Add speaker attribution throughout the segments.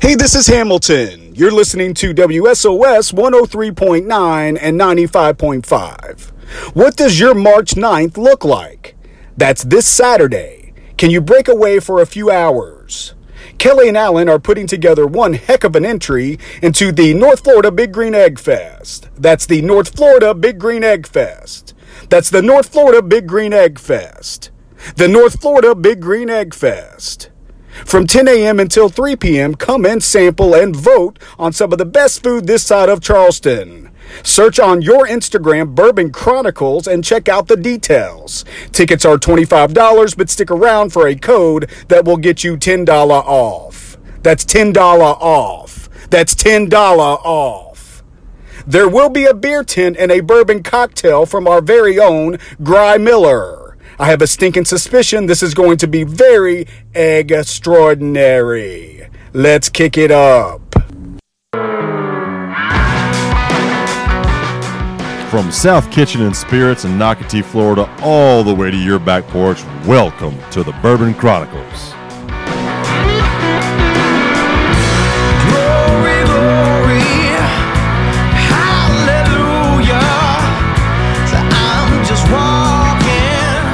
Speaker 1: Hey, this is Hamilton. You're listening to WSOS 103.9 and 95.5. What does your March 9th look like? That's this Saturday. Can you break away for a few hours? Kelly and Allen are putting together one heck of an entry into the North Florida Big Green Egg Fest. That's the North Florida Big Green Egg Fest. That's the North Florida Big Green Egg Fest. The North Florida Big Green Egg Fest. From 10 a.m. until 3 p.m., come and sample and vote on some of the best food this side of Charleston. Search on your Instagram Bourbon Chronicles and check out the details. Tickets are $25, but stick around for a code that will get you $10 off. That's $10 off. That's $10 off. There will be a beer tent and a bourbon cocktail from our very own Gry Miller. I have a stinking suspicion this is going to be very extraordinary. Let's kick it up.
Speaker 2: From South Kitchen and Spirits in Nocatee, Florida, all the way to your back porch, welcome to the Bourbon Chronicles.
Speaker 3: Glory, glory, hallelujah. So I'm just walking.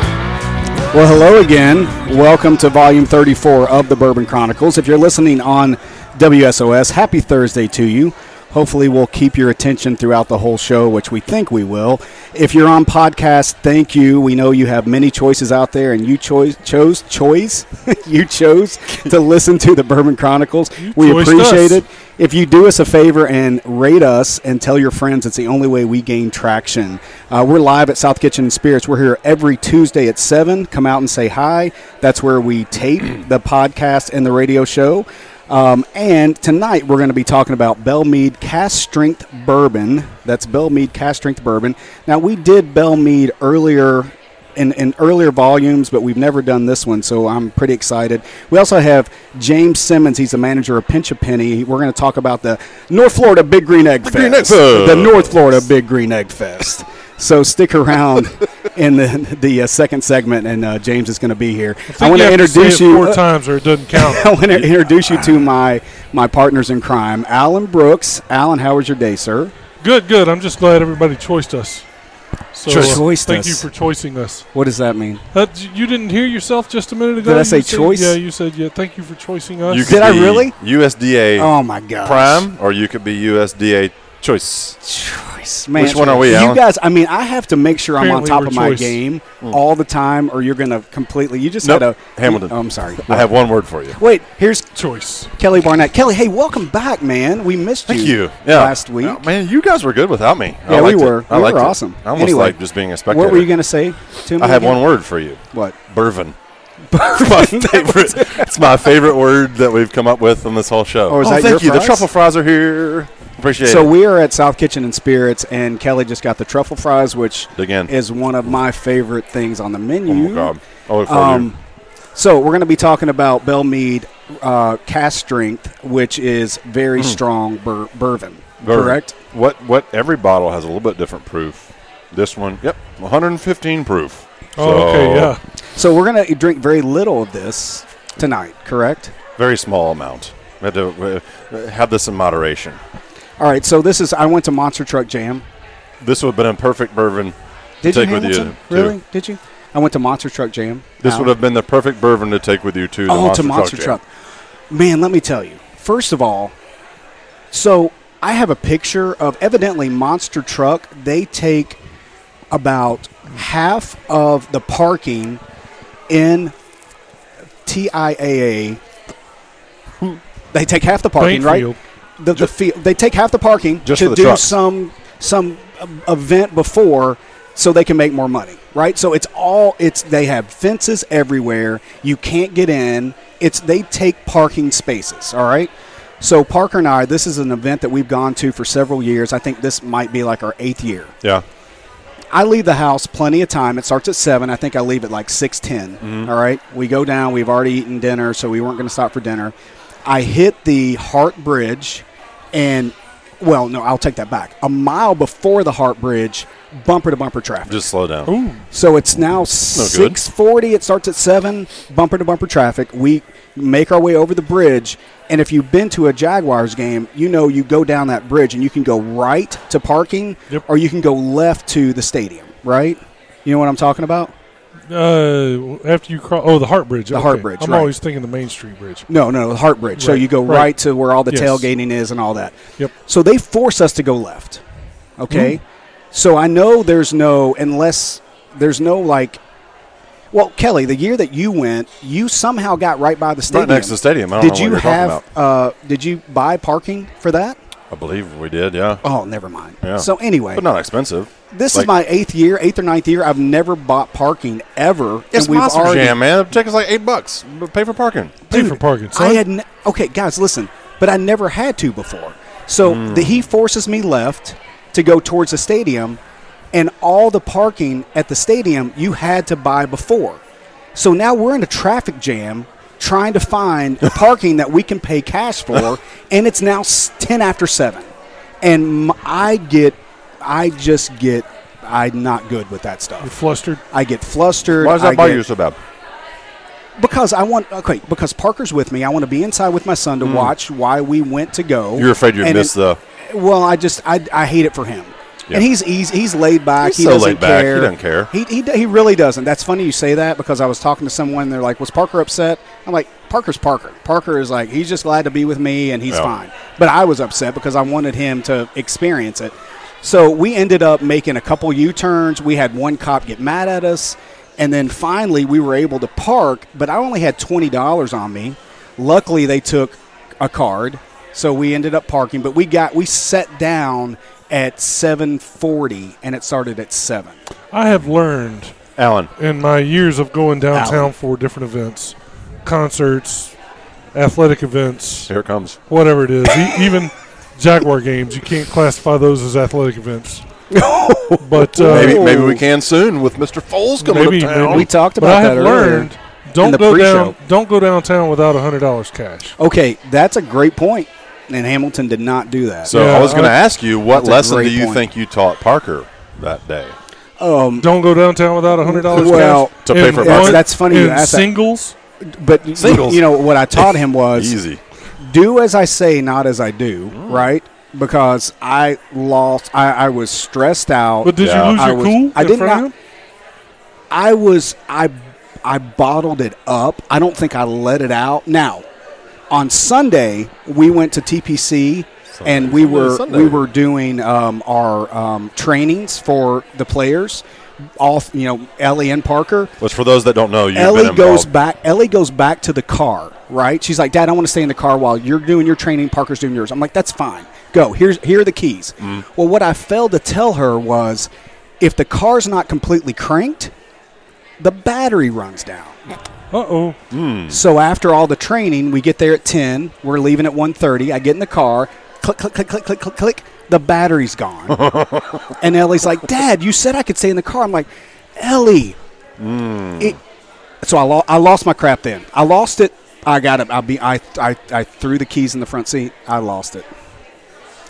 Speaker 1: Well, hello again. Welcome to volume 34 of the Bourbon Chronicles. If you're listening on WSOS, happy Thursday to you. Hopefully, we'll keep your attention throughout the whole show, which we think we will. If you're on podcast, thank you. We know you have many choices out there, and you choice, chose choice you chose to listen to the Bourbon Chronicles. we
Speaker 2: choiced
Speaker 1: appreciate
Speaker 2: us.
Speaker 1: it. If you do us a favor and rate us and tell your friends, it's the only way we gain traction. Uh, we're live at South Kitchen and Spirits. We're here every Tuesday at 7. Come out and say hi. That's where we tape the podcast and the radio show. Um, and tonight we're going to be talking about Bell Mead Cast Strength Bourbon. That's Bell Mead Cast Strength Bourbon. Now, we did Bell Mead earlier in, in earlier volumes, but we've never done this one, so I'm pretty excited. We also have James Simmons. He's the manager of Pinch a Penny. We're going to talk about the North Florida Big Green Egg Fest.
Speaker 2: Green Egg Fest.
Speaker 1: The North Florida Big Green Egg Fest. so stick around in the, the uh, second segment, and uh, James is going to be here. I, want
Speaker 4: you
Speaker 1: to
Speaker 4: have say
Speaker 1: introduce
Speaker 4: it
Speaker 1: you.
Speaker 4: four times or it doesn't count.
Speaker 1: I want to introduce you to my my partners in crime, Alan Brooks. Alan, how was your day, sir?
Speaker 4: good, good. I'm just glad everybody choiced us. So,
Speaker 1: Cho-
Speaker 4: uh,
Speaker 1: choiced
Speaker 4: thank
Speaker 1: us.
Speaker 4: you for choicing us.
Speaker 1: What does that mean?
Speaker 4: That, you didn't hear yourself just a minute ago.
Speaker 1: Did I
Speaker 4: You
Speaker 1: say
Speaker 4: said-
Speaker 1: choice?
Speaker 4: Yeah, you said yeah. Thank you for choicing us.
Speaker 2: You
Speaker 1: Did I
Speaker 2: be
Speaker 1: really?
Speaker 2: USDA
Speaker 1: Oh my gosh.
Speaker 2: Prime, or you could be USDA Choice.
Speaker 1: Choice, man.
Speaker 2: Which one are we,
Speaker 1: You
Speaker 2: Alan? Hmm.
Speaker 1: guys, I mean, I have to make sure I'm on
Speaker 4: Apparently
Speaker 1: top
Speaker 4: we're
Speaker 1: of my
Speaker 4: choice.
Speaker 1: game all the time, or you're going to completely. You just
Speaker 2: Nope.
Speaker 1: had a
Speaker 2: Hamilton.
Speaker 1: Oh, I'm sorry.
Speaker 2: I have one word for you.
Speaker 1: Wait, here's
Speaker 4: choice.
Speaker 1: Kelly Barnett. Kelly, hey, welcome back, man. We missed
Speaker 2: Thank
Speaker 1: you.
Speaker 2: you. Yeah.
Speaker 1: Last week.
Speaker 2: Oh, man, you guys were good without me. I
Speaker 1: Yeah, we
Speaker 2: liked it.
Speaker 1: were.
Speaker 2: I
Speaker 1: we
Speaker 2: liked
Speaker 1: were
Speaker 2: it.
Speaker 1: awesome.
Speaker 2: I almost
Speaker 1: anyway,
Speaker 2: like just being a spectator.
Speaker 1: What were you going to say to me?
Speaker 2: I have
Speaker 1: again?
Speaker 2: one word for you.
Speaker 1: What?
Speaker 2: Bourbon. my favorite. it's my favorite word that we've come up with on this whole show.
Speaker 1: Oh, is that
Speaker 2: thank
Speaker 1: your
Speaker 2: you.
Speaker 1: fries?
Speaker 2: The truffle fries are here. Appreciate
Speaker 1: So
Speaker 2: it.
Speaker 1: we are at South Kitchen and Spirits, and Kelly just got the truffle fries, which
Speaker 2: Dig in.
Speaker 1: is one of my favorite things on the menu.
Speaker 2: Oh my god. Oh, for you.
Speaker 1: Um, so we're going to be talking about Bell Mead uh, cast strength, which is very strong bur- bourbon,
Speaker 2: Hmm. Bourbon.
Speaker 1: Correct.
Speaker 2: What? What? Every bottle has a little bit different proof. This one, yep, 115 proof.
Speaker 4: Oh, okay, yeah.
Speaker 1: So we're going to drink very little of this tonight. Correct.
Speaker 2: Very small amount. We had to uh, have this in moderation.
Speaker 1: All right. So this is. I went to Monster Truck Jam.
Speaker 2: This would have been a perfect bourbon.
Speaker 1: Did
Speaker 2: Take
Speaker 1: you
Speaker 2: with you
Speaker 1: Hamilton?
Speaker 2: to-
Speaker 1: really? Did you? I went to Monster Truck Jam.
Speaker 2: This
Speaker 1: Alan.
Speaker 2: would have been the perfect bourbon to take with you to the
Speaker 1: oh,
Speaker 2: monster
Speaker 1: to Monster
Speaker 2: Truck
Speaker 1: Truck. Man, let me tell you. First of all, so I have a picture of evidently Monster Truck. They take about half of the parking in TIAA. They take half the parking,
Speaker 4: Bankfield.
Speaker 1: right? The, the field. They take half the parking
Speaker 2: Just
Speaker 1: to
Speaker 2: for the
Speaker 1: do
Speaker 2: trucks.
Speaker 1: some some um, event before, so they can make more money, right? So it's all it's they have fences everywhere. You can't get in. It's they take parking spaces. All right. So Parker and I, this is an event that we've gone to for several years. I think this might be like our eighth year.
Speaker 2: Yeah.
Speaker 1: I leave the house plenty of time. It starts at seven. I think I leave at like six right, we go down. We've already eaten dinner, so we weren't going to stop for dinner. I hit the Hart Bridge, and well, no, I'll take that back. A mile before the Hart Bridge, bumper to bumper traffic.
Speaker 2: Just slow down.
Speaker 4: Ooh,
Speaker 1: So it's now six forty. It starts at seven. Bumper to bumper traffic. We make our way over the bridge. And if you've been to a Jaguars game, you know you go down that bridge and you can go right to parking
Speaker 4: Yep.
Speaker 1: or you can go left to the stadium, right? You know what I'm talking about?
Speaker 4: Uh, after you cross, oh, the Heart Bridge.
Speaker 1: The
Speaker 4: okay.
Speaker 1: Heart Bridge,
Speaker 4: I'm
Speaker 1: right.
Speaker 4: always thinking the Main Street Bridge.
Speaker 1: No, no, the Heart Bridge. So
Speaker 4: Right,
Speaker 1: you go right,
Speaker 4: right.
Speaker 1: to where all the
Speaker 4: Yes.
Speaker 1: tailgating is and all that.
Speaker 4: Yep.
Speaker 1: So they force us to go left. Okay.
Speaker 2: Mm-hmm.
Speaker 1: So I know there's no unless there's no like. Well, Kelly, the year that you went, you somehow got right by the stadium.
Speaker 2: next to the stadium. I don't
Speaker 1: did
Speaker 2: know what
Speaker 1: you
Speaker 2: you're talking
Speaker 1: have? Uh, did you buy parking for that?
Speaker 2: I believe we did, yeah.
Speaker 1: Oh, never mind.
Speaker 2: Yeah.
Speaker 1: So anyway,
Speaker 2: But not expensive.
Speaker 1: this
Speaker 2: Like,
Speaker 1: is my eighth year, eighth or ninth year. I've never bought parking ever.
Speaker 2: It's
Speaker 1: and we've
Speaker 2: Monster
Speaker 1: already
Speaker 2: Jam, man. The ticket's like eight bucks. But Pay for parking.
Speaker 4: Pay
Speaker 1: Dude,
Speaker 4: for parking. Son.
Speaker 1: I had n okay, guys, listen, but I never had to before. So
Speaker 2: Hmm.
Speaker 1: the, he forces me left to go towards the stadium, and all the parking at the stadium you had to buy before. So now we're in a traffic jam trying to find parking that we can pay cash for, and it's now s- ten after seven, and m- I get, I just get, I'm not good with that
Speaker 4: You're
Speaker 1: stuff.
Speaker 4: flustered.
Speaker 1: I get flustered.
Speaker 2: Why does that
Speaker 1: I
Speaker 2: bother
Speaker 1: get-
Speaker 2: you so bad?
Speaker 1: because I want okay. Because Parker's with me, I want to be inside with my son to watch why we went to go.
Speaker 2: Hmm. You're afraid you'd
Speaker 1: And
Speaker 2: miss
Speaker 1: it-
Speaker 2: the.
Speaker 1: Well, I just I, I hate it for him.
Speaker 2: Yeah.
Speaker 1: And he's, he's he's laid back.
Speaker 2: He's
Speaker 1: he
Speaker 2: so
Speaker 1: doesn't
Speaker 2: laid back. He
Speaker 1: care.
Speaker 2: doesn't care.
Speaker 1: He, he he really doesn't. That's funny you say that because I was talking to someone. and They're like, "Was Parker upset?" I'm like, "Parker's Parker. Parker is like he's just glad to be with me and he's
Speaker 2: Yeah.
Speaker 1: fine." But I was upset because I wanted him to experience it. So we ended up making a couple U turns. We had one cop get mad at us, and then finally we were able to park. But I only had twenty dollars on me. Luckily, they took a card, so we ended up parking. But we got we sat down at seven forty, and it started at seven.
Speaker 4: I have learned
Speaker 2: Alan,
Speaker 4: in my years of going downtown
Speaker 1: Alan.
Speaker 4: for different events, concerts, athletic events,
Speaker 2: here it comes.
Speaker 4: whatever it is, e- even Jaguar games, you can't classify those as athletic events. but uh,
Speaker 2: Maybe maybe
Speaker 1: Oh.
Speaker 2: we can soon with Mr. Foles coming
Speaker 4: Maybe,
Speaker 2: to town.
Speaker 4: maybe.
Speaker 1: We talked
Speaker 4: but I
Speaker 1: about that
Speaker 4: have
Speaker 1: earlier.
Speaker 4: learned
Speaker 1: in
Speaker 4: don't
Speaker 1: the
Speaker 4: go
Speaker 1: pre-show.
Speaker 4: down don't go downtown without hundred dollars cash.
Speaker 1: Okay, that's a great point, and Hamilton did not do that.
Speaker 2: So
Speaker 4: Yeah,
Speaker 2: I was going to
Speaker 4: I-
Speaker 2: ask you, what
Speaker 1: That's a
Speaker 2: lesson
Speaker 1: great
Speaker 2: do you
Speaker 1: point.
Speaker 2: think you taught Parker that day?
Speaker 4: Don't go downtown without hundred dollars
Speaker 1: Well,
Speaker 4: cash.
Speaker 2: Um, To pay
Speaker 4: In
Speaker 2: for a
Speaker 1: that's,
Speaker 2: One-
Speaker 1: that's funny. You
Speaker 4: in
Speaker 1: asked that.
Speaker 4: singles.
Speaker 1: But you-
Speaker 2: Singles.
Speaker 1: you know what I taught him was
Speaker 2: Easy. Mm.
Speaker 1: do as I say, not as I do. Right? Because I lost. I, I was stressed out.
Speaker 4: But did
Speaker 2: Yeah.
Speaker 4: you lose
Speaker 1: I
Speaker 4: your
Speaker 1: was-
Speaker 4: cool?
Speaker 1: I
Speaker 4: in
Speaker 1: did
Speaker 4: front of
Speaker 1: not-
Speaker 4: him?
Speaker 1: I was I I bottled it up. I don't think I let it out. Now, on Sunday we went to TPC and we
Speaker 2: Sunday,
Speaker 1: were
Speaker 2: Sunday.
Speaker 1: we were doing um, our um, trainings for the players. All you know, Ellie and Parker.
Speaker 2: Which for those that don't know, you've been
Speaker 1: Ellie
Speaker 2: involved.
Speaker 1: goes back. Ellie goes back to the car. Right? She's like, Dad, I want to stay in the car while you're doing your training. Parker's doing yours. I'm like, That's fine. Go. Here's here are the keys.
Speaker 2: Mm-hmm.
Speaker 1: Well, what I failed to tell her was, if the car's not completely cranked, the battery runs down.
Speaker 4: Uh oh.
Speaker 1: So after all the training, we get there at 10. We're leaving at 1.30. I get in the car. Click, click, click, click, click, click, click. The battery's gone. and Ellie's like, Dad, you said I could stay in the car. I'm like, Ellie.
Speaker 4: Hmm.
Speaker 1: It, so I, lo- I lost my crap then. I lost it. I got it. I, be, I, I, I threw the keys in the front seat. I lost it.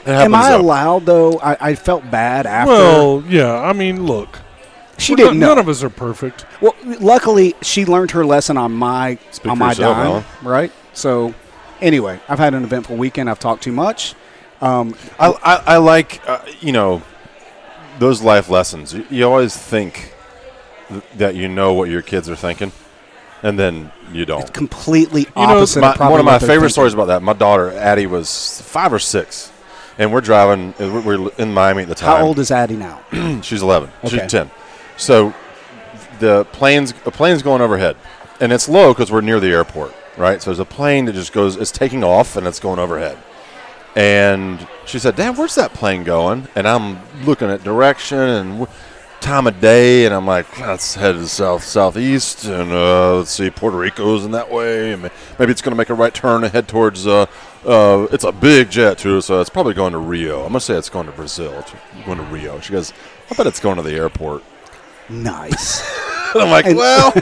Speaker 2: It happens,
Speaker 1: Am I
Speaker 2: though.
Speaker 1: allowed, though? I, I felt bad after.
Speaker 4: Well, yeah. I mean, look.
Speaker 1: she
Speaker 4: we're
Speaker 1: didn't
Speaker 4: not-
Speaker 1: know.
Speaker 4: None of us are perfect.
Speaker 1: Well, luckily, she learned her lesson on my
Speaker 2: Speak
Speaker 1: on
Speaker 2: for
Speaker 1: my
Speaker 2: yourself,
Speaker 1: dime,
Speaker 2: Alan.
Speaker 1: right? So, anyway, I've had an eventful weekend. I've talked too much. Um,
Speaker 2: I, I, I like, uh, you know, those life lessons. You, you always think th- that you know what your kids are thinking, and then you don't.
Speaker 1: completely
Speaker 2: You know,
Speaker 1: opposite.
Speaker 2: my-
Speaker 1: of probably
Speaker 2: one of my
Speaker 1: what they're
Speaker 2: favorite
Speaker 1: thinking.
Speaker 2: stories about that. My daughter Addie was five or six, and we're driving. and we- We're in Miami at the time.
Speaker 1: How old is Addie now?
Speaker 2: She's 11.
Speaker 1: Okay.
Speaker 2: She's 10. So the plane's a plane's going overhead, and it's low because we're near the airport, right? So there's a plane that just goes, it's taking off and it's going overhead. And she said, "Dad, where's that plane going?" And I'm looking at direction and wh- time of day, and I'm like, "Let's head to south southeast, and uh, let's see, Puerto Rico's in that way, and ma- maybe it's going to make a right turn and head towards." Uh, uh, it's a big jet too, so it's probably going to Rio. I'm gonna say it's going to Brazil. It's going to Rio. She goes, "I bet it's going to the airport."
Speaker 1: Nice.
Speaker 2: And I'm like,
Speaker 1: And-
Speaker 2: "Well,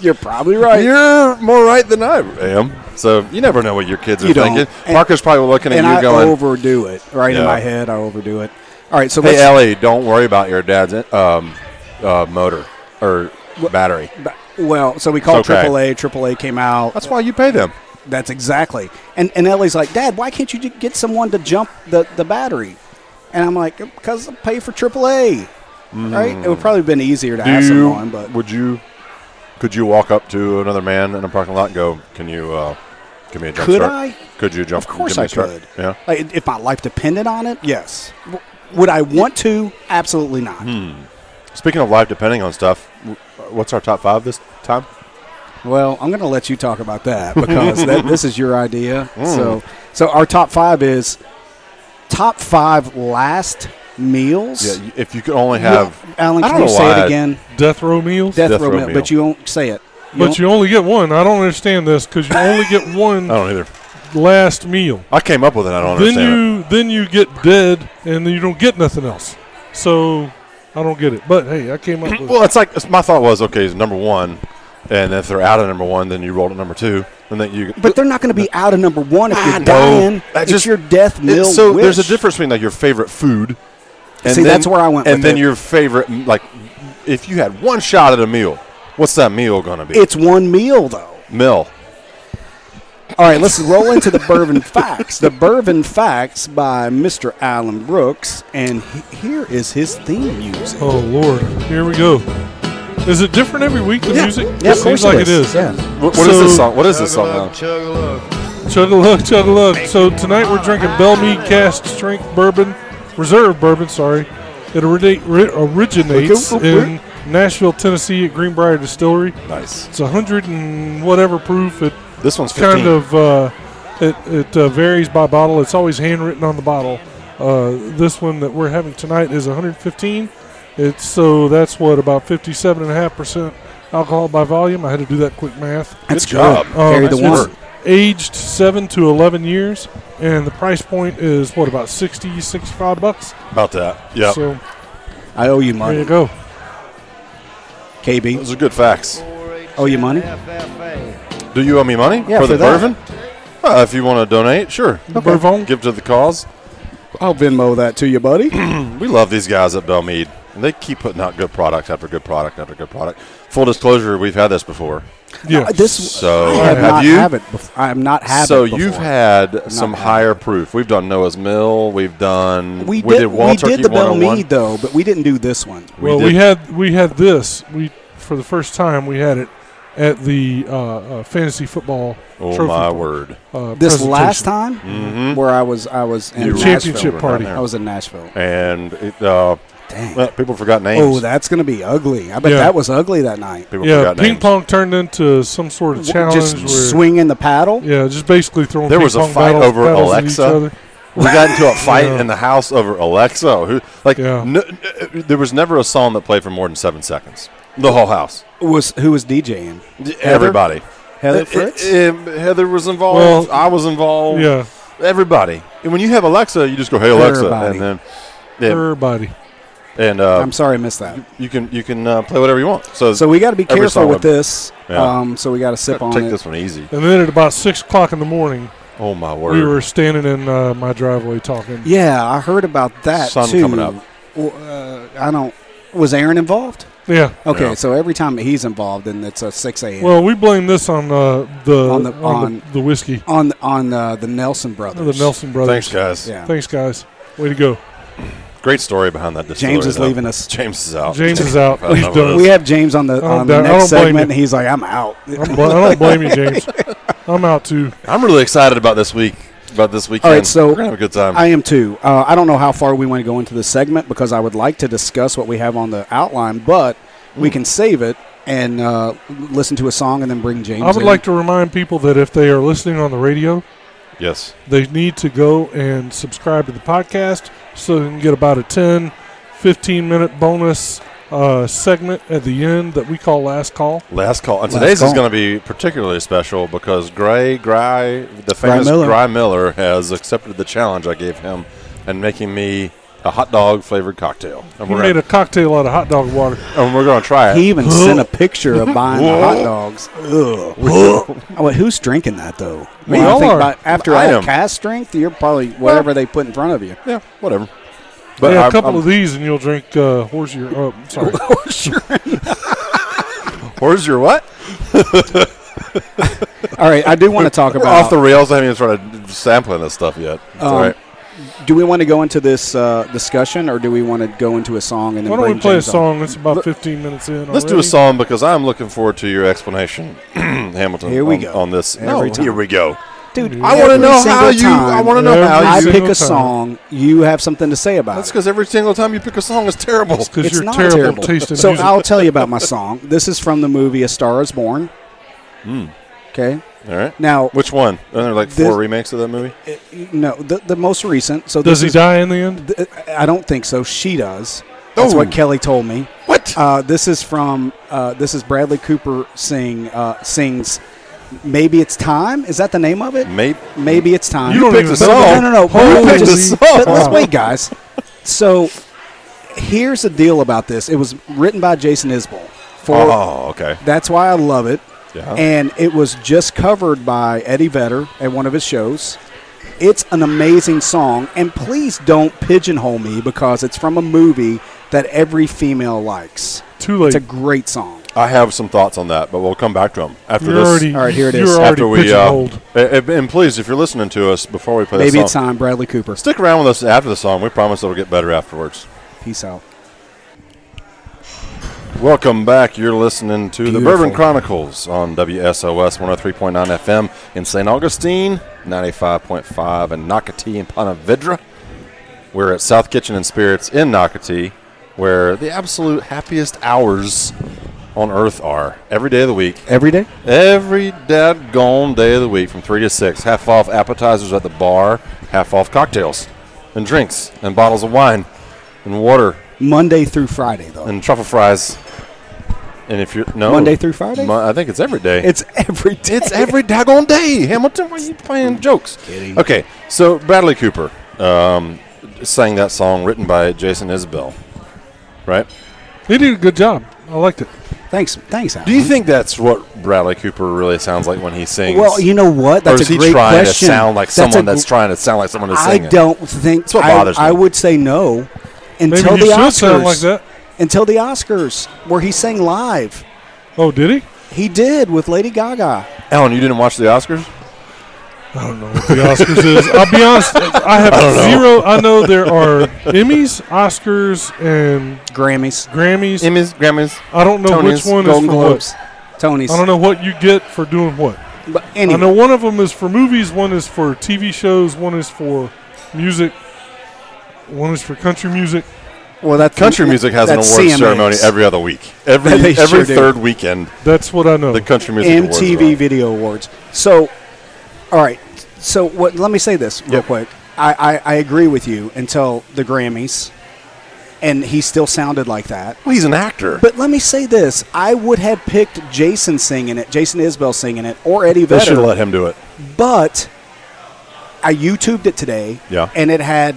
Speaker 1: You're probably right.
Speaker 2: you're more right than I am." So you never know what your kids are
Speaker 1: You don't.
Speaker 2: thinking.
Speaker 1: And-
Speaker 2: Parker's probably looking at
Speaker 1: and
Speaker 2: you
Speaker 1: I
Speaker 2: going,
Speaker 1: overdo it. Right in
Speaker 2: Yeah.
Speaker 1: my head, I overdo it. All right, so
Speaker 2: Hey,
Speaker 1: let's.
Speaker 2: Ellie, don't worry about your dad's um, uh, motor or uh, battery.
Speaker 1: Well, so we called
Speaker 2: okay.
Speaker 1: AAA. AAA came out.
Speaker 2: That's why you pay them.
Speaker 1: That's exactly. And and Ellie's like, Dad, why can't you ju- get someone to jump the, the battery? And I'm like, because I pay for AAA. Right? It would probably have been easier to ask someone, but
Speaker 2: would you? Could you walk up to another man in a parking lot and go, "Can you uh, give me a jump
Speaker 1: Could
Speaker 2: start?
Speaker 1: I?
Speaker 2: Could you jump?
Speaker 1: of course
Speaker 2: give me
Speaker 1: I
Speaker 2: a start?
Speaker 1: could.
Speaker 2: Yeah.
Speaker 1: Like, if my life depended on it, yes. W- Would I want to? Absolutely not.
Speaker 2: Hmm. Speaking of life depending on stuff, w- what's our top five this time?
Speaker 1: Well, I'm going to let you talk about that because that, this is your idea.
Speaker 2: Hmm.
Speaker 1: So, so our top five is top five last meals.
Speaker 2: Yeah. y- If you could only have,
Speaker 1: Yeah, Alan,
Speaker 2: I
Speaker 1: can
Speaker 2: don't
Speaker 1: you
Speaker 2: know
Speaker 1: say
Speaker 2: why
Speaker 1: it
Speaker 2: I-
Speaker 1: again?
Speaker 4: Death row meals.
Speaker 1: Death,
Speaker 2: Death
Speaker 1: row
Speaker 2: row
Speaker 1: meal,
Speaker 2: meal.
Speaker 1: but you don't say it. You
Speaker 4: but
Speaker 1: don't-
Speaker 4: you only get one. I don't understand this because you only get one
Speaker 2: I don't either.
Speaker 4: last meal.
Speaker 2: I came up with it. I don't
Speaker 4: Then
Speaker 2: understand.
Speaker 4: you then you get dead and then you don't get nothing else. So I don't get it. But hey, I came up
Speaker 2: it.
Speaker 4: with
Speaker 2: Well, it's like it's- my thought was okay. Is number one, and if they're out of number one, then you roll to number two, and then you.
Speaker 1: but they're not going to be out of number one if you're
Speaker 2: know.
Speaker 1: dying.
Speaker 2: That
Speaker 1: it's
Speaker 2: just-
Speaker 1: your death meal.
Speaker 2: It's- so there's a
Speaker 1: wish.
Speaker 2: difference between like your favorite food.
Speaker 1: See, that's where I went
Speaker 2: And
Speaker 1: with
Speaker 2: then
Speaker 1: it.
Speaker 2: your favorite, m- like, if you had one shot at a meal, what's that meal gonna be?
Speaker 1: It's one meal though.
Speaker 2: Mill.
Speaker 1: All right, let's roll into the Bourbon Facts. The Bourbon Facts by Mr. Alan Brooks, and he- here is his theme music.
Speaker 4: Oh Lord, here we go. Is it different every week? The
Speaker 1: Yeah.
Speaker 4: music.
Speaker 1: Yeah,
Speaker 4: it
Speaker 1: of course
Speaker 4: seems like
Speaker 1: it is. Yeah.
Speaker 2: What, what is
Speaker 4: So-
Speaker 2: this song? What is this song? now?
Speaker 4: Chug a lug, chug a lug. So tonight we're drinking Bell Mead Cast Strength Bourbon, Reserve Bourbon, sorry. It orida- ri- originates in Nashville, Tennessee at Greenbrier Distillery.
Speaker 2: Nice.
Speaker 4: It's 100 and whatever proof. It
Speaker 2: This one's 15.
Speaker 4: kind of uh, it, it uh, varies by bottle. It's always handwritten on the bottle. Uh, this one that we're having tonight is 115. It's so that's what about 57.5% alcohol by volume. I had to do that quick math. Um,
Speaker 1: That's
Speaker 2: Good job.
Speaker 1: good. Carry the
Speaker 4: it's
Speaker 1: one.
Speaker 4: Aged seven to eleven years, and the price point is what about 60, 65 bucks.
Speaker 2: About that. Yeah.
Speaker 4: So
Speaker 1: I owe you
Speaker 4: there
Speaker 1: money,
Speaker 4: you go.
Speaker 1: KB.
Speaker 2: Those are good facts.
Speaker 1: Owe you money?
Speaker 2: Do you owe me money
Speaker 1: Yeah,
Speaker 2: for
Speaker 1: for
Speaker 2: the
Speaker 1: that.
Speaker 2: bourbon? Uh, if you want to donate, sure.
Speaker 4: Bourbon.
Speaker 2: Give to the cause.
Speaker 1: I'll Venmo that to you, buddy.
Speaker 2: We love these guys at Bell Mead. And they keep putting out good product after good product after good product. Full disclosure, we've had this before.
Speaker 4: Yeah.
Speaker 1: this
Speaker 2: So
Speaker 1: I have,
Speaker 2: have
Speaker 1: not
Speaker 2: you?
Speaker 1: have it. Bef- I have not had
Speaker 2: so
Speaker 1: it. before.
Speaker 2: you've had some
Speaker 1: had it.
Speaker 2: higher proof. We've done Noah's Mill. We've done.
Speaker 1: we did,
Speaker 2: Wild
Speaker 1: we
Speaker 2: Turkey
Speaker 1: did the Bell
Speaker 2: 101.
Speaker 1: Mead though, but we didn't do this one.
Speaker 4: well,
Speaker 2: did.
Speaker 4: we had we had this we for the first time we had it at the uh, uh, fantasy football
Speaker 2: Oh
Speaker 4: trophy.
Speaker 2: my word! Mm-hmm.
Speaker 4: Uh,
Speaker 1: This
Speaker 4: presentation.
Speaker 1: last time, where I was, I was Mm-hmm. in
Speaker 2: You were-
Speaker 4: championship
Speaker 2: Nashville.
Speaker 4: party.
Speaker 1: Nashville. I was in Nashville.
Speaker 2: And it, uh,
Speaker 1: Dang.
Speaker 2: well, people forgot names.
Speaker 1: oh, that's gonna be ugly. I bet
Speaker 4: Yeah.
Speaker 1: that was ugly that night.
Speaker 2: people
Speaker 4: Yeah,
Speaker 2: forgot
Speaker 4: ping
Speaker 2: names.
Speaker 4: pong turned into some sort of challenge.
Speaker 1: Just
Speaker 4: where,
Speaker 1: swinging the paddle.
Speaker 4: Yeah, just basically throwing.
Speaker 2: There
Speaker 4: ping
Speaker 2: was a
Speaker 4: pong
Speaker 2: fight
Speaker 4: battles-
Speaker 2: over
Speaker 4: battles at each
Speaker 2: Alexa.
Speaker 4: other.
Speaker 2: We got into a fight
Speaker 4: Yeah.
Speaker 2: in the house over Alexa. Who like
Speaker 4: Yeah.
Speaker 2: no, there was never a song that played for more than seven seconds. The whole house,
Speaker 1: Was who was DJing?
Speaker 2: everybody.
Speaker 1: Heather
Speaker 2: Uh,
Speaker 1: Fritz?
Speaker 2: uh, um, Heather was involved.
Speaker 4: Well,
Speaker 2: I was involved.
Speaker 4: Yeah,
Speaker 2: everybody. And when you have Alexa, you just go, "Hey Alexa,"
Speaker 1: Everybody.
Speaker 2: and then
Speaker 4: everybody.
Speaker 2: yeah, and uh,
Speaker 1: I'm sorry, I missed that.
Speaker 2: you can you can uh, play whatever you want. So,
Speaker 1: So we got to be
Speaker 2: Every
Speaker 1: careful
Speaker 2: song
Speaker 1: with
Speaker 2: I've-
Speaker 1: this.
Speaker 2: Yeah.
Speaker 1: Um, so we got to sip on
Speaker 2: take
Speaker 1: it.
Speaker 2: this one easy.
Speaker 4: And then at about six o'clock in the morning,
Speaker 2: Oh my word!
Speaker 4: we were standing in uh, my driveway talking.
Speaker 1: Yeah, I heard about that
Speaker 2: Sun
Speaker 1: too.
Speaker 2: coming up.
Speaker 1: Well, uh, I don't. Was Aaron involved?
Speaker 4: Yeah.
Speaker 1: Okay,
Speaker 2: Yeah.
Speaker 1: so every time that he's involved, then it's a six a.m.
Speaker 4: Well, we blame this on uh, the
Speaker 1: On
Speaker 4: on
Speaker 1: the-
Speaker 4: the,
Speaker 1: on-
Speaker 4: the whiskey,
Speaker 1: on on uh, the Nelson brothers.
Speaker 4: the Nelson brothers.
Speaker 2: Thanks, guys.
Speaker 1: Yeah.
Speaker 4: Thanks, guys. Way to go.
Speaker 2: Great story behind that. Distillery,
Speaker 1: James is
Speaker 2: though.
Speaker 1: leaving us.
Speaker 2: James is out.
Speaker 4: James is out.
Speaker 2: I don't
Speaker 4: He's
Speaker 2: know what
Speaker 4: done.
Speaker 2: it
Speaker 1: We
Speaker 2: is.
Speaker 1: have James on the
Speaker 4: don't
Speaker 1: on the
Speaker 4: doubt- I
Speaker 1: next
Speaker 4: don't blame
Speaker 1: segment,
Speaker 4: you.
Speaker 1: and he's like, "I'm out."
Speaker 4: I'm bl- Oh, I don't blame you, James. I'm out too.
Speaker 2: I'm really excited about this week. About this weekend.
Speaker 1: so
Speaker 2: we're gonna have a good time.
Speaker 1: I am too. Uh, I don't know how far we want to go into this segment because I would like to discuss what we have on the outline, but we can save it and uh, listen to a song and then bring James.
Speaker 4: I would
Speaker 1: in.
Speaker 4: like to remind people that if they are listening on the radio,
Speaker 2: yes.
Speaker 4: they need to go and subscribe to the podcast so they can get about a 10, 15 minute bonus uh, segment at the end that we call Last Call.
Speaker 2: Last call. And
Speaker 1: Last
Speaker 2: today's
Speaker 1: call.
Speaker 2: is going to be particularly special because Gray, Gray, the famous Gray
Speaker 1: Miller.
Speaker 2: Miller. has accepted the challenge I gave him and making me a hot dog flavored cocktail. And
Speaker 4: We
Speaker 2: we're,
Speaker 4: made
Speaker 2: gonna,
Speaker 4: a cocktail out of hot dog water.
Speaker 2: and we're gonna try it.
Speaker 1: He even sent a picture of buying the hot dogs. Ugh. I went, who's drinking that though?
Speaker 2: We
Speaker 1: I
Speaker 2: all
Speaker 1: think
Speaker 2: are.
Speaker 1: by- after
Speaker 2: I
Speaker 1: all
Speaker 2: am.
Speaker 1: cast strength, you're probably whatever they put in front of you.
Speaker 2: yeah, whatever.
Speaker 4: But
Speaker 2: I-
Speaker 4: a couple
Speaker 2: I'm-
Speaker 4: of these and you'll drink uh, horse urine. Oh, sorry.
Speaker 2: Where's your what?
Speaker 1: All right, I do want to talk
Speaker 2: We're
Speaker 1: about. Oh.
Speaker 2: off the rails. I haven't even started sampling this stuff yet. It's all right.
Speaker 1: do we want to go into this uh, discussion, or do we want to go into a song and then
Speaker 4: Why don't
Speaker 1: bring
Speaker 4: we play a
Speaker 1: James on?
Speaker 4: song that's about 15 minutes in?
Speaker 1: Oh,
Speaker 2: Let's do a
Speaker 4: already?
Speaker 2: song because I'm looking forward to your explanation, Hamilton.
Speaker 1: Here we
Speaker 2: on,
Speaker 1: go.
Speaker 2: on this.
Speaker 1: Every
Speaker 2: no,
Speaker 1: time.
Speaker 2: here we go.
Speaker 1: dude.
Speaker 2: I want to
Speaker 1: every
Speaker 2: know
Speaker 1: single
Speaker 2: how you. I
Speaker 1: time
Speaker 2: want to know
Speaker 4: Every
Speaker 2: how
Speaker 1: I
Speaker 2: you.
Speaker 4: single
Speaker 1: pick a
Speaker 4: time.
Speaker 1: song. You have something to say about
Speaker 2: That's
Speaker 1: it.
Speaker 2: because every single time you pick a song is terrible.
Speaker 4: It's because
Speaker 1: It's
Speaker 4: you're
Speaker 1: not
Speaker 4: terrible,
Speaker 1: terrible.
Speaker 4: taste in
Speaker 1: so
Speaker 4: music.
Speaker 1: I'll tell you about my song. This is from the movie A Star Is Born. Okay.
Speaker 2: All right.
Speaker 1: Now,
Speaker 2: Which one? Are there like
Speaker 1: This-
Speaker 2: four remakes of that movie?
Speaker 1: no, the, the most recent. So
Speaker 4: Does he
Speaker 1: this
Speaker 4: die in the end?
Speaker 1: is, th- I don't think so. She does. That's
Speaker 2: Oh.
Speaker 1: what Kelly told me.
Speaker 2: What?
Speaker 1: Uh, this is from. Uh, this is Bradley Cooper sing uh, sings. Maybe it's time. Is that the name of it?
Speaker 2: Maybe.
Speaker 1: Maybe it's time.
Speaker 2: You don't picked
Speaker 4: even
Speaker 2: the
Speaker 4: know.
Speaker 2: song.
Speaker 1: No, no, no.
Speaker 4: Holy
Speaker 1: Hold on,
Speaker 4: picked
Speaker 1: just-
Speaker 4: the
Speaker 1: but
Speaker 4: song.
Speaker 1: let's wait, guys. So here's the deal about this. It was written by Jason Isbell. For
Speaker 2: Oh, okay.
Speaker 1: that's why I love it.
Speaker 2: Yeah.
Speaker 1: And it was just covered by Eddie Vedder at one of his shows. It's an amazing song, and please don't pigeonhole me because it's from a movie that every female likes.
Speaker 4: Too
Speaker 1: It's
Speaker 4: late.
Speaker 1: a great song.
Speaker 2: I have some thoughts on that, but we'll come back to them after
Speaker 4: You're
Speaker 2: this.
Speaker 4: already.
Speaker 1: All right, here it is. um,
Speaker 4: You're
Speaker 2: after
Speaker 4: already
Speaker 2: we. Uh,
Speaker 4: pigeonholed.
Speaker 2: and, and please, if you're listening to us before we play,
Speaker 1: Maybe
Speaker 2: the
Speaker 1: it's
Speaker 2: song,
Speaker 1: time, Bradley Cooper.
Speaker 2: Stick around with us after the song. We promise it'll get better afterwards.
Speaker 1: Peace out.
Speaker 2: Welcome back. You're listening to the
Speaker 1: Beautiful.
Speaker 2: Bourbon Chronicles on WSOS 103.9 FM in St. Augustine, 95.5 in Nocatee and Ponte Vedra. We're at South Kitchen and Spirits in Nocatee, where the absolute happiest hours on earth are every day of the week.
Speaker 1: Every day?
Speaker 2: Every dadgone day of the week from 3 to 6. Half off appetizers at the bar, half off cocktails and drinks and bottles of wine and water
Speaker 1: Monday through Friday, though.
Speaker 2: and truffle fries. And if you're no
Speaker 1: Monday through Friday?
Speaker 2: Mon- I think it's every day.
Speaker 1: It's every day.
Speaker 2: it's every daggone day. Hamilton, why are you playing jokes?
Speaker 1: Mm. kidding.
Speaker 2: Okay, so Bradley Cooper um, sang that song written by Jason Isbell, right?
Speaker 4: He did a good job. I liked it.
Speaker 1: Thanks, thanks, Alan.
Speaker 2: Do you think that's what Bradley Cooper really sounds like when he sings?
Speaker 1: Well, you know what?
Speaker 2: or
Speaker 1: That's
Speaker 2: is
Speaker 1: a
Speaker 2: he
Speaker 1: great
Speaker 2: trying
Speaker 1: question.
Speaker 2: to sound like
Speaker 1: That's
Speaker 2: someone
Speaker 1: a-
Speaker 2: that's trying to sound like someone is
Speaker 1: I
Speaker 2: singing?
Speaker 1: don't think.
Speaker 2: That's what
Speaker 1: I-
Speaker 2: bothers me.
Speaker 1: I, would say no
Speaker 4: Maybe
Speaker 1: until
Speaker 4: he
Speaker 1: the
Speaker 4: should
Speaker 1: Oscars.
Speaker 4: sound like that.
Speaker 1: Until the Oscars, where he sang live.
Speaker 4: Oh, did he?
Speaker 1: He did with Lady Gaga.
Speaker 2: Alan, you didn't watch the Oscars?
Speaker 4: I don't know what the Oscars is. I'll be honest. I have zero. I know there are Emmys, Oscars, and
Speaker 1: Grammys,
Speaker 4: Grammys.
Speaker 2: Emmys, Grammys.
Speaker 4: I don't know
Speaker 2: Tonys,
Speaker 4: which one
Speaker 1: Golden
Speaker 4: is for what.
Speaker 1: Globes, Tonys.
Speaker 4: I don't know what you get for doing what.
Speaker 1: But anyway,
Speaker 4: I know one of them is for movies, one is for TV shows, one is for music, one is for country music.
Speaker 1: well, that's
Speaker 2: Country music has an
Speaker 1: that's
Speaker 2: awards
Speaker 1: CMAs.
Speaker 2: ceremony every other week. Every
Speaker 1: They
Speaker 2: every
Speaker 1: sure do.
Speaker 2: third weekend,
Speaker 4: That's what I know.
Speaker 2: the country music awards are
Speaker 1: MTV
Speaker 2: on.
Speaker 1: Video Awards. So, all right. So, what? Let me say this real
Speaker 2: Yep.
Speaker 1: quick. I, I, I agree with you until the Grammys, and he still sounded like that.
Speaker 2: Well, he's an actor.
Speaker 1: But let me say this: I would have picked Jason singing it, Jason Isbell singing it, or Eddie
Speaker 2: they should have
Speaker 1: Vedder.
Speaker 2: let him do it.
Speaker 1: But I YouTubed it today,
Speaker 2: Yeah.
Speaker 1: and it had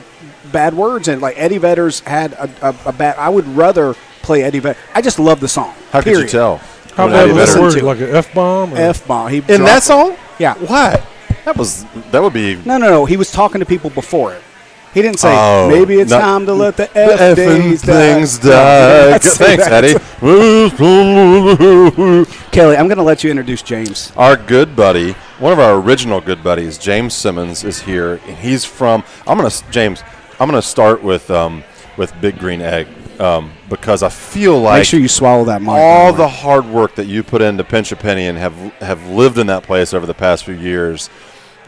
Speaker 1: bad words in it. Like Eddie Vedder's had a, a, a bad. I would rather play Eddie Vedder. I just love the song.
Speaker 2: How could you
Speaker 1: period.
Speaker 2: tell?
Speaker 4: How
Speaker 2: When
Speaker 4: bad
Speaker 2: Eddie
Speaker 4: was
Speaker 1: listen
Speaker 4: that
Speaker 2: Vedder-
Speaker 4: word?
Speaker 1: to-
Speaker 4: Like an F bomb?
Speaker 1: F bomb. He
Speaker 2: In
Speaker 1: dropped
Speaker 2: that
Speaker 1: it.
Speaker 2: song?
Speaker 1: Yeah.
Speaker 2: What? That was that would be
Speaker 1: No, no, no. He was talking to people before it. He didn't say
Speaker 2: Oh,
Speaker 1: maybe it's
Speaker 2: not-
Speaker 1: time to let the
Speaker 2: The
Speaker 1: F
Speaker 2: effing
Speaker 1: days
Speaker 2: things
Speaker 1: die. No, he did
Speaker 2: die.
Speaker 1: not
Speaker 2: Good-
Speaker 1: say
Speaker 2: Thanks,
Speaker 1: that.
Speaker 2: Eddie.
Speaker 1: Kelly, I'm going to let you introduce James.
Speaker 2: Our good buddy, one of our original good buddies, James Simmons, is here, and he's from. I'm gonna James. I'm gonna start with um, with Big Green Egg um, because I feel like
Speaker 1: Make sure you swallow that mic.
Speaker 2: all
Speaker 1: by
Speaker 2: the
Speaker 1: way.
Speaker 2: hard work that you put into Pinch a Penny and have have lived in that place over the past few years,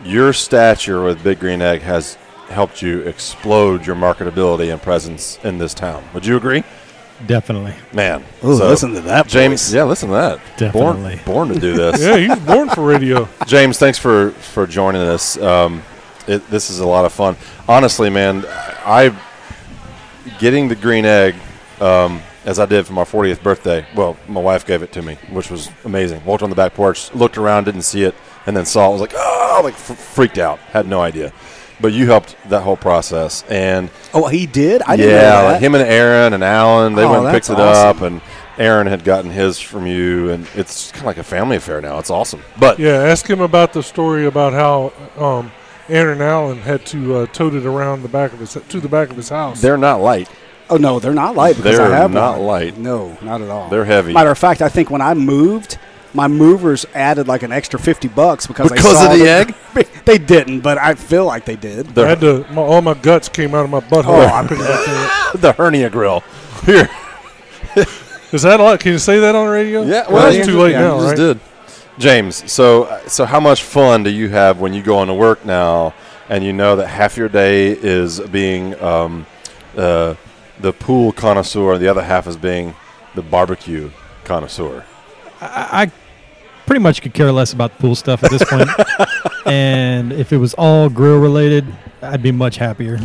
Speaker 2: your stature with Big Green Egg has helped you explode your marketability and presence in this town. Would you agree,
Speaker 5: Definitely.
Speaker 2: man?
Speaker 1: Ooh, listen to that
Speaker 2: James.
Speaker 1: voice.
Speaker 2: Yeah, listen to that.
Speaker 5: Definitely.
Speaker 2: Born, born to do this.
Speaker 4: yeah, he was born for radio.
Speaker 2: James, thanks for for joining us. Um, it, this is a lot of fun. Honestly, man, I getting the green egg um, as I did for my 40th birthday. Well, my wife gave it to me, which was amazing. Walked on the back porch, looked around, didn't see it, and then saw. it. I was like, oh, like f- freaked out. Had no idea. But you helped that whole process, and
Speaker 1: Oh, he did. I didn't
Speaker 2: yeah,
Speaker 1: know
Speaker 2: like
Speaker 1: that.
Speaker 2: him and Aaron and Alan, they
Speaker 1: Oh,
Speaker 2: went and
Speaker 1: that's
Speaker 2: picked it up, and Aaron had gotten his from you, and it's kind of like a family affair now. It's awesome. But
Speaker 4: Yeah, ask him about the story about how um, Aaron Allen had to uh, tote it around the back of his to the back of his house.
Speaker 2: they're not light.
Speaker 1: Oh no, they're not light because
Speaker 2: They're
Speaker 1: I have
Speaker 2: not
Speaker 1: one.
Speaker 2: light.
Speaker 1: No, not at all.
Speaker 2: They're heavy.
Speaker 1: Matter of fact, I think when I moved, my movers added like an extra fifty bucks because they
Speaker 2: Because of
Speaker 1: saw
Speaker 2: the
Speaker 1: that- They didn't, but I feel like they did.
Speaker 4: I had to. My, all my guts came out of my
Speaker 1: Oh,
Speaker 4: butthole.
Speaker 1: I'm pretty much there.
Speaker 2: the hernia grill. Here.
Speaker 4: Is that a lot? Can you say that on the radio?
Speaker 2: Yeah,
Speaker 1: well,
Speaker 4: it's too late
Speaker 1: yeah,
Speaker 4: now,
Speaker 2: You just
Speaker 4: right?
Speaker 2: did. James, so so how much fun do you have when you go into work now and you know that half your day is being um, uh, the pool connoisseur and the other half is being the barbecue connoisseur?
Speaker 5: I, I pretty much could care less about the pool stuff at this point. and if it was all grill related, I'd be much happier.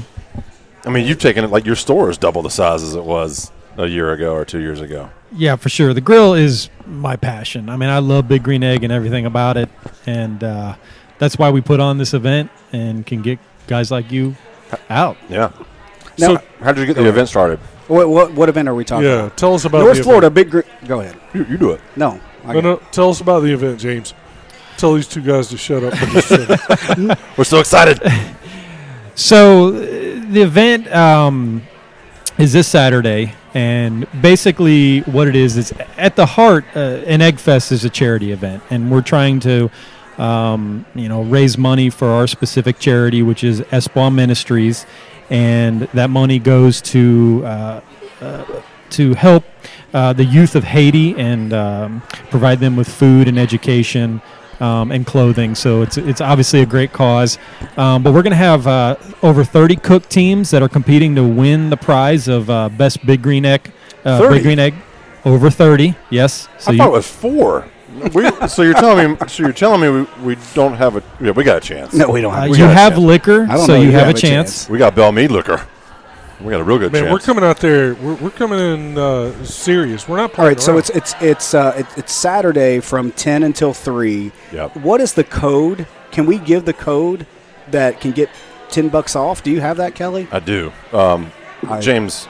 Speaker 2: I mean, you've taken it like your store is double the size as it was a year ago or two years ago.
Speaker 5: Yeah, for sure. The grill is my passion. I mean, I love Big Green Egg and everything about it, and uh, that's why we put on this event and can get guys like you out.
Speaker 2: Yeah.
Speaker 1: Now-
Speaker 2: so how did you get the event started?
Speaker 1: What, what what event are we talking?
Speaker 4: Yeah.
Speaker 1: about?
Speaker 4: Tell us about the
Speaker 1: North
Speaker 4: event.
Speaker 1: Florida. Big. Gr- Go ahead.
Speaker 2: You, you do it.
Speaker 1: No. I
Speaker 4: No,
Speaker 1: got-
Speaker 4: no, tell us about the event, James. Tell these two guys to shut up. and just shut up.
Speaker 2: We're so excited.
Speaker 5: So uh, the event um, is this Saturday, and basically what it is is at the heart, uh, an Egg Fest is a charity event, and we're trying to, um, you know, raise money for our specific charity, which is Espoir Ministries, and that money goes to uh, uh, to help uh, the youth of Haiti and um, provide them with food and education. Um, and clothing, so it's it's obviously a great cause. Um, but we're going to have uh, over 30 cook teams that are competing to win the prize of uh, best big green egg. Uh,
Speaker 1: 30?
Speaker 5: big green egg over 30. Yes. So
Speaker 2: I thought it was four. We, so you're telling me? So you're telling me we, we don't have a? Yeah, we got a chance.
Speaker 1: No, we don't
Speaker 5: uh,
Speaker 1: have.
Speaker 2: we
Speaker 5: you
Speaker 2: got a
Speaker 5: have
Speaker 2: chance.
Speaker 5: liquor,
Speaker 1: I don't
Speaker 5: so
Speaker 1: know
Speaker 5: you, have, a chance.
Speaker 2: We got Bell Mead liquor. We got a real good
Speaker 4: Man,
Speaker 2: chance.
Speaker 4: we're coming out there. We're, we're coming in uh, serious. We're not
Speaker 1: All
Speaker 4: playing.
Speaker 1: right, so
Speaker 4: around.
Speaker 1: it's it's it's uh, it, it's Saturday from ten until three.
Speaker 2: Yep.
Speaker 1: What is the code? Can we give the code that can get ten bucks off? Do you have that, Kelly?
Speaker 2: I do. Um,
Speaker 1: I-
Speaker 2: James,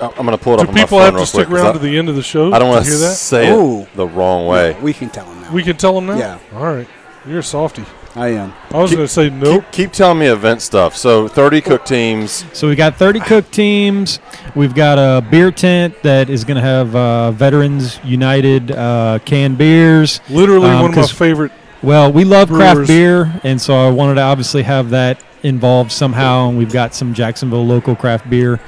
Speaker 2: I- I'm going to pull it
Speaker 4: Do
Speaker 2: up on my
Speaker 4: people
Speaker 2: phone
Speaker 4: have
Speaker 2: real
Speaker 4: to stick
Speaker 2: quick 'cause
Speaker 4: around
Speaker 2: I,
Speaker 4: to the end of the show?
Speaker 2: I don't
Speaker 4: to
Speaker 2: want to
Speaker 4: hear that.
Speaker 2: say
Speaker 1: Ooh.
Speaker 2: it the wrong way.
Speaker 1: Yeah, we can tell them now.
Speaker 4: We can tell them now.
Speaker 1: Yeah.
Speaker 4: All right. You're a softy.
Speaker 1: I am.
Speaker 4: I was
Speaker 2: Keep-
Speaker 4: going to say nope.
Speaker 2: Keep, keep telling me event stuff. So 30 cook teams.
Speaker 5: So we got 30 cook teams. We've got a beer tent that is going to have uh, Veterans United uh, canned beers.
Speaker 4: Literally
Speaker 5: Um,
Speaker 4: one of my
Speaker 5: 'cause-
Speaker 4: favorite.
Speaker 5: Well, we love
Speaker 4: Brewers.
Speaker 5: craft beer, and so I wanted to obviously have that involved somehow. And we've got some Jacksonville local craft beer.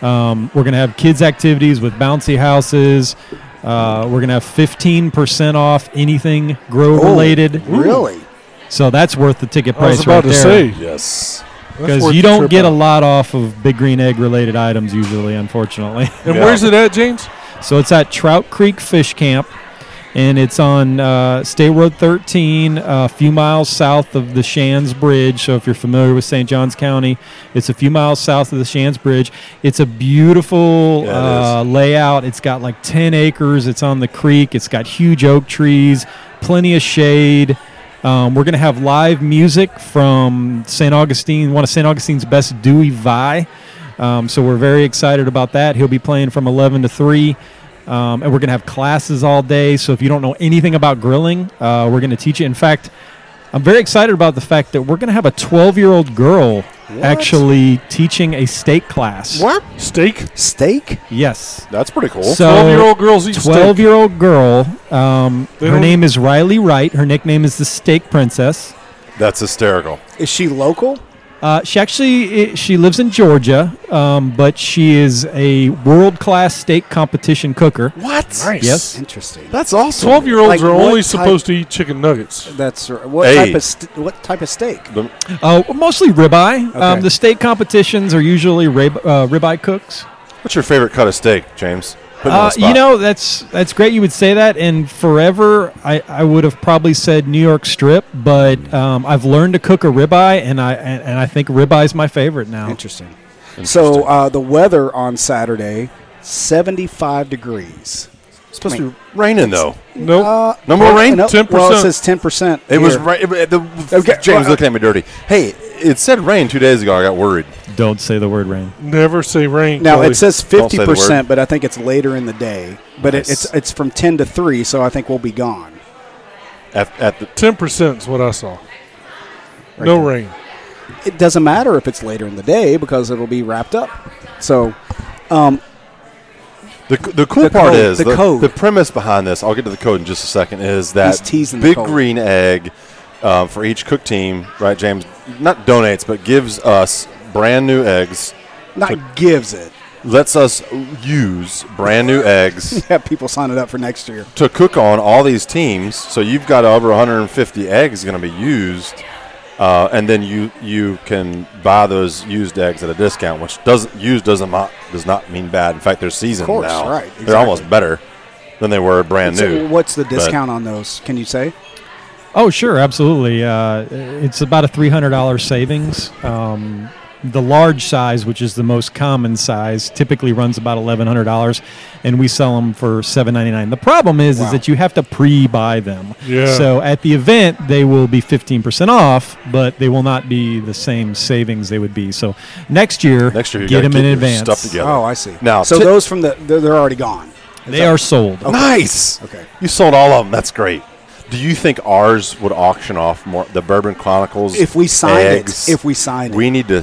Speaker 5: Um, we're going to have kids' activities with bouncy houses. Uh, we're going to have 15% off anything grow related.
Speaker 1: Oh, Really?
Speaker 5: So that's worth the ticket
Speaker 4: I was
Speaker 5: price
Speaker 4: about
Speaker 5: right
Speaker 4: to
Speaker 5: there.
Speaker 4: say
Speaker 2: Yes.
Speaker 4: that's
Speaker 5: Because
Speaker 4: worth
Speaker 5: you
Speaker 4: the
Speaker 5: don't
Speaker 4: trip
Speaker 5: get a
Speaker 4: out.
Speaker 5: lot off of big green egg related items usually, unfortunately.
Speaker 4: And
Speaker 2: Yeah.
Speaker 4: where's it at, James?
Speaker 5: So it's at Trout Creek Fish Camp, and it's on uh, State Road 13, a few miles south of the Shands Bridge. So if you're familiar with St. Johns County, it's a few miles south of the Shands Bridge. It's a beautiful
Speaker 2: Yeah, it
Speaker 5: uh, layout. It's got like 10 acres. It's on the creek. It's got huge oak trees, plenty of shade. Um, we're going to have live music from St. Augustine, one of St. Augustine's best, Dewey Vi. Um, so we're very excited about that. He'll be playing from 11 to 3. Um, and we're going to have classes all day. So if you don't know anything about grilling, uh, we're going to teach you. In fact, I'm very excited about the fact that we're going to have a 12 year old girl actually teaching a steak class.
Speaker 1: What?
Speaker 5: Um,
Speaker 4: Steak.
Speaker 1: Steak?
Speaker 5: Yes.
Speaker 2: That's pretty cool.
Speaker 5: So-
Speaker 4: Twelve-year-old girls eat
Speaker 5: 12
Speaker 4: steak.
Speaker 5: year old girl. Um,
Speaker 4: They
Speaker 5: her
Speaker 4: don't-
Speaker 5: name is Riley Wright. Her nickname is the Steak Princess.
Speaker 2: That's hysterical.
Speaker 1: Is she local?
Speaker 5: Uh, she actually i- she lives in Georgia, um, but she is a world class steak competition cooker.
Speaker 2: What?
Speaker 5: Yes.
Speaker 1: Interesting.
Speaker 2: That's awesome.
Speaker 4: Twelve-year-olds
Speaker 1: Like
Speaker 4: are
Speaker 1: what
Speaker 4: only
Speaker 1: type-
Speaker 4: supposed to eat chicken nuggets.
Speaker 1: That's r- what
Speaker 2: Hey.
Speaker 1: type of st- what type of steak?
Speaker 5: Uh, mostly ribeye.
Speaker 1: Okay.
Speaker 5: Um, the steak competitions are usually rib, uh, ribeye cooks.
Speaker 2: What's your favorite cut of steak, James? Put me on
Speaker 5: Uh,
Speaker 2: the spot.
Speaker 5: you know that's that's great. You would say that, and forever I, I would have probably said New York strip, but um, I've learned to cook a ribeye, and I and, and I think ribeye is my favorite now.
Speaker 1: Interesting. So uh, the weather on Saturday, seventy-five degrees.
Speaker 2: it's supposed to be raining though.
Speaker 4: Nope.
Speaker 1: Uh,
Speaker 2: No more rain?
Speaker 1: no, Well, it
Speaker 4: 10%.
Speaker 1: says ten percent.
Speaker 2: It was right. it- it- The,
Speaker 1: Okay,
Speaker 2: James
Speaker 1: well,
Speaker 2: looking at me dirty. Hey, it said rain two days ago. I got worried.
Speaker 5: Don't say the word rain.
Speaker 4: Never say rain.
Speaker 1: Now
Speaker 4: Kelly.
Speaker 1: it says
Speaker 2: Don't
Speaker 1: fifty
Speaker 2: say the word.
Speaker 1: percent, but I think it's later in the day. But
Speaker 2: Nice.
Speaker 1: it, it's it's from ten to three, so I think we'll be gone.
Speaker 2: At, at the
Speaker 4: ten percent is what I saw.
Speaker 1: Right
Speaker 4: no
Speaker 1: there.
Speaker 4: rain.
Speaker 1: It doesn't matter if it's later in the day because it'll be wrapped up. So
Speaker 2: The, the cool
Speaker 1: The
Speaker 2: part
Speaker 1: code,
Speaker 2: is
Speaker 1: the code.
Speaker 2: premise behind this. I'll get to the code in just a second. Is that
Speaker 1: He's teasing the
Speaker 2: big
Speaker 1: code.
Speaker 2: green egg uh, for each cook team? Right, James. Not donates, but gives us brand new eggs.
Speaker 1: Not gives it.
Speaker 2: Lets us use brand new eggs
Speaker 1: Have people sign it up for next year.
Speaker 2: to cook on all these teams. So you've got over 150 eggs going to be used, uh, and then you you can buy those used eggs at a discount, which doesn't used doesn't mo- does not mean bad. In fact, they're seasoned
Speaker 1: course,
Speaker 2: now.
Speaker 1: right,
Speaker 2: They're
Speaker 1: exactly.
Speaker 2: almost better than they were brand
Speaker 1: So
Speaker 2: new.
Speaker 1: what's the
Speaker 2: But-
Speaker 1: discount on those? Can you say?
Speaker 5: Oh, sure, absolutely. Uh, it's about a three hundred dollars savings. Um, the large size, which is the most common size, typically runs about eleven hundred dollars, and we sell them for seven ninety nine. The problem is,
Speaker 1: Wow.
Speaker 5: is that you have to pre-buy them.
Speaker 4: Yeah.
Speaker 5: So at the event, they will be fifteen percent off, but they will not be the same savings they would be. So next year,
Speaker 2: Next year, you
Speaker 5: get
Speaker 2: gotta
Speaker 5: them
Speaker 2: get
Speaker 5: in
Speaker 2: your
Speaker 5: advance.
Speaker 2: stuff together.
Speaker 1: Oh, I see.
Speaker 2: Now,
Speaker 1: so
Speaker 2: ti-
Speaker 1: those from the they're, they're already gone.
Speaker 5: They are sold.
Speaker 2: Oh. Nice.
Speaker 1: Okay.
Speaker 2: You sold all of them. That's great. Do you think ours would auction off more the Bourbon Chronicles?
Speaker 1: If we signed
Speaker 2: eggs?
Speaker 1: it, if we signed
Speaker 2: we need to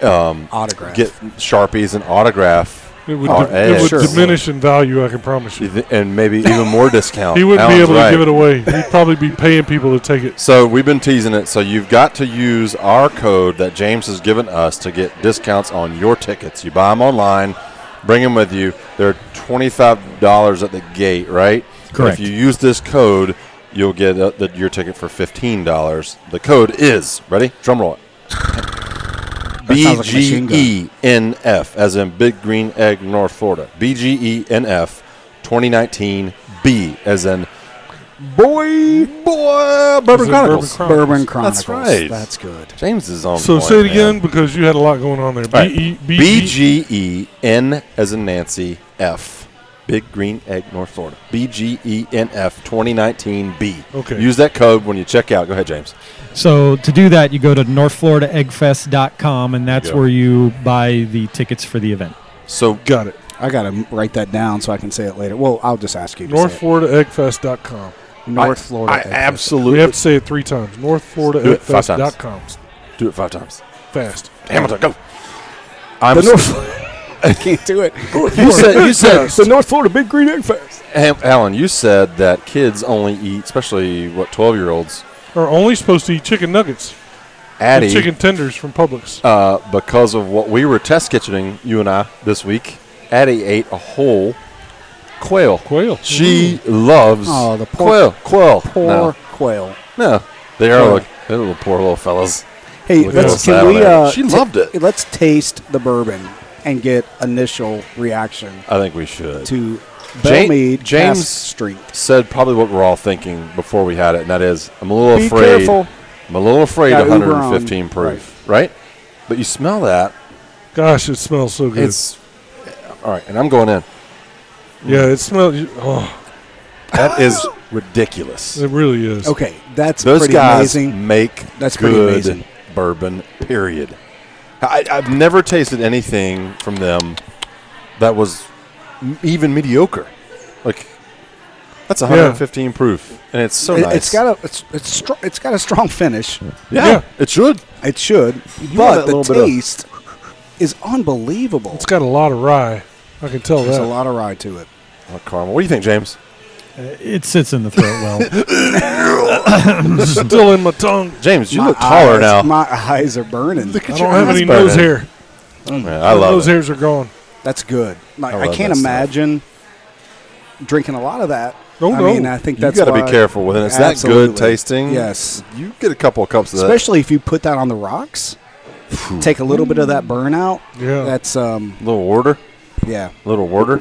Speaker 1: it, autograph.
Speaker 2: get sharpies and autograph
Speaker 4: It would,
Speaker 2: our
Speaker 4: di-
Speaker 2: eggs,
Speaker 4: it would
Speaker 1: sure.
Speaker 4: diminish in value, I can promise you.
Speaker 2: and maybe even more discount.
Speaker 4: He wouldn't be
Speaker 2: Alan's
Speaker 4: able
Speaker 2: right.
Speaker 4: to give it away. He'd probably be paying people to take it.
Speaker 2: So we've been teasing it. So you've got to use our code that James has given us to get discounts on your tickets. You buy them online, bring them with you. They're twenty-five dollars at the gate, right?
Speaker 5: Correct.
Speaker 2: If you use this code, you'll get uh the, your ticket for fifteen dollars. The code is ready. Drum roll.
Speaker 1: sounds
Speaker 2: B
Speaker 1: like a
Speaker 2: G
Speaker 1: machine gun.
Speaker 2: E N F, as in Big Green Egg, North Florida. B G E N F, 2019 B, as in Boy, boy, Bourbon Chronicles.
Speaker 4: it Bourbon Chronicles?
Speaker 1: Bourbon Chronicles.
Speaker 2: right.
Speaker 1: That's good.
Speaker 2: James is on.
Speaker 4: So
Speaker 2: point,
Speaker 4: say it
Speaker 2: man.
Speaker 4: again because you had a lot going on there.
Speaker 2: All right.
Speaker 4: B-E- B- E.
Speaker 2: B G E N as in Nancy F. Big Green Egg, North Florida. B G E N F 2019 B.
Speaker 4: Okay.
Speaker 2: Use that code when you check out. Go ahead, James.
Speaker 5: So to do that, you go to northfloridaeggfest.com, and that's
Speaker 2: Yeah.
Speaker 5: where you buy the tickets for the event.
Speaker 2: So
Speaker 4: Got it.
Speaker 1: I gotta m- write that down so I can say it later. Well, I'll just ask you. To
Speaker 4: North
Speaker 1: say
Speaker 4: Florida Eggfest.com.
Speaker 1: it. North
Speaker 2: I-
Speaker 1: Florida.
Speaker 2: I
Speaker 1: Egg Fest.
Speaker 4: We
Speaker 2: absolutely
Speaker 4: have to say it three times. North Florida
Speaker 2: Do it five times.
Speaker 4: Eggfest.com.
Speaker 2: do it five times.
Speaker 4: Fast.
Speaker 2: Hamilton, go. I'm
Speaker 1: The North. I can't do it.
Speaker 2: you said you said
Speaker 1: the North Florida Big Green Egg Fest.
Speaker 2: Ham- Alan. You said that kids only eat, especially what twelve year olds,
Speaker 4: Are only supposed to eat chicken nuggets and
Speaker 2: Addie,
Speaker 4: chicken tenders from Publix.
Speaker 2: uh, because of what we were test kitchening you and I this week. Addie ate a whole quail.
Speaker 4: Quail.
Speaker 2: She loves
Speaker 1: Oh, the
Speaker 2: quail.
Speaker 1: poor-
Speaker 2: Quail.
Speaker 1: Poor
Speaker 2: No,
Speaker 1: quail.
Speaker 2: no. they are
Speaker 1: Quail.
Speaker 2: like they're little poor little fellas.
Speaker 1: Hey,
Speaker 2: Look at
Speaker 1: let's
Speaker 2: what's
Speaker 1: can
Speaker 2: down
Speaker 1: we?
Speaker 2: there.
Speaker 1: Uh,
Speaker 2: She loved it.
Speaker 1: Let's taste the bourbon and get initial reaction
Speaker 2: I think we should.
Speaker 1: to
Speaker 2: Ja-
Speaker 1: Bellmead
Speaker 2: James-
Speaker 1: James Street.
Speaker 2: Said probably what we're all thinking before we had it, and that is, I'm a little
Speaker 1: Be
Speaker 2: afraid.
Speaker 1: careful.
Speaker 2: I'm a little afraid
Speaker 1: Gotta
Speaker 2: of
Speaker 1: Uber
Speaker 2: 115
Speaker 1: on.
Speaker 2: proof, right. But you smell that,
Speaker 4: Gosh, it smells so good.
Speaker 2: it's all right, and I'm going in.
Speaker 4: yeah, it smells. Oh,
Speaker 2: That is ridiculous.
Speaker 4: it really is.
Speaker 1: Okay, that's
Speaker 2: Those
Speaker 1: pretty
Speaker 2: guys
Speaker 1: amazing.
Speaker 2: make
Speaker 1: That's pretty
Speaker 2: good
Speaker 1: amazing.
Speaker 2: bourbon. Period. I, I've never tasted anything from them that was m- even mediocre. Like that's 115 proof, and it's so
Speaker 1: It,
Speaker 2: nice.
Speaker 1: has got a it's it's, str- it's got a strong finish.
Speaker 2: yeah,
Speaker 4: Yeah.
Speaker 2: It should.
Speaker 1: It should,
Speaker 2: want
Speaker 1: but the
Speaker 2: that little bit of-
Speaker 1: taste is unbelievable.
Speaker 4: It's got a lot of rye. I can tell
Speaker 1: There's a
Speaker 4: that.
Speaker 1: lot of rye to it.
Speaker 2: Oh, caramel. What do you think, James?
Speaker 5: It sits in the throat well.
Speaker 4: Still in my tongue.
Speaker 2: James, you
Speaker 1: My
Speaker 2: look taller
Speaker 1: eyes-
Speaker 2: now.
Speaker 1: My eyes are burning.
Speaker 2: Look at
Speaker 4: I
Speaker 2: your
Speaker 4: don't have
Speaker 2: eyes
Speaker 4: any
Speaker 2: burning.
Speaker 4: nose hair.
Speaker 2: Man, I love
Speaker 4: Those
Speaker 2: it.
Speaker 4: hairs are gone.
Speaker 1: That's good. Like,
Speaker 2: I
Speaker 1: I,
Speaker 2: love
Speaker 1: can't
Speaker 2: that stuff.
Speaker 1: imagine drinking a lot of that.
Speaker 4: No,
Speaker 1: I
Speaker 4: no.
Speaker 1: mean, I think
Speaker 2: You
Speaker 1: that's
Speaker 2: got to be
Speaker 1: why-
Speaker 2: careful with it. It's that
Speaker 1: Absolutely.
Speaker 2: good tasting.
Speaker 1: Yes,
Speaker 2: You get a couple of cups of that.
Speaker 1: especially if you put that on the rocks. Take a little bit of that burnout.
Speaker 4: Yeah.
Speaker 1: that's um,
Speaker 2: little order.
Speaker 1: yeah,
Speaker 2: Little order.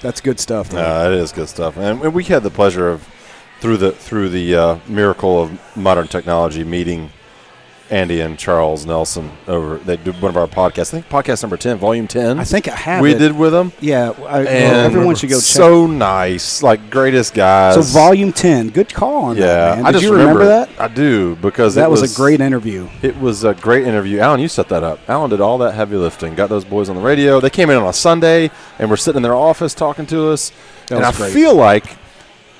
Speaker 1: that's good stuff. Though.
Speaker 2: Uh, it is good stuff, and we had the pleasure of through the through the uh, miracle of modern technology meeting Andy and Charles Nelson over. They did one of our podcasts. I think podcast number ten, volume ten.
Speaker 1: I think I have.
Speaker 2: we
Speaker 1: it.
Speaker 2: did with them,
Speaker 1: Yeah, I, well,
Speaker 2: and
Speaker 1: everyone should go check.
Speaker 2: So nice, like greatest guys.
Speaker 1: So volume ten, good call on
Speaker 2: Yeah,
Speaker 1: that. Man.
Speaker 2: I
Speaker 1: Did
Speaker 2: just
Speaker 1: you remember, that?
Speaker 2: I do because
Speaker 1: That
Speaker 2: it
Speaker 1: was, a great interview.
Speaker 2: It was a great interview. Alan, you set that up. Alan did all that heavy lifting, got those boys on the radio. They came in on a Sunday and were sitting in their office talking to us.
Speaker 1: That
Speaker 2: and
Speaker 1: was
Speaker 2: I
Speaker 1: great.
Speaker 2: feel like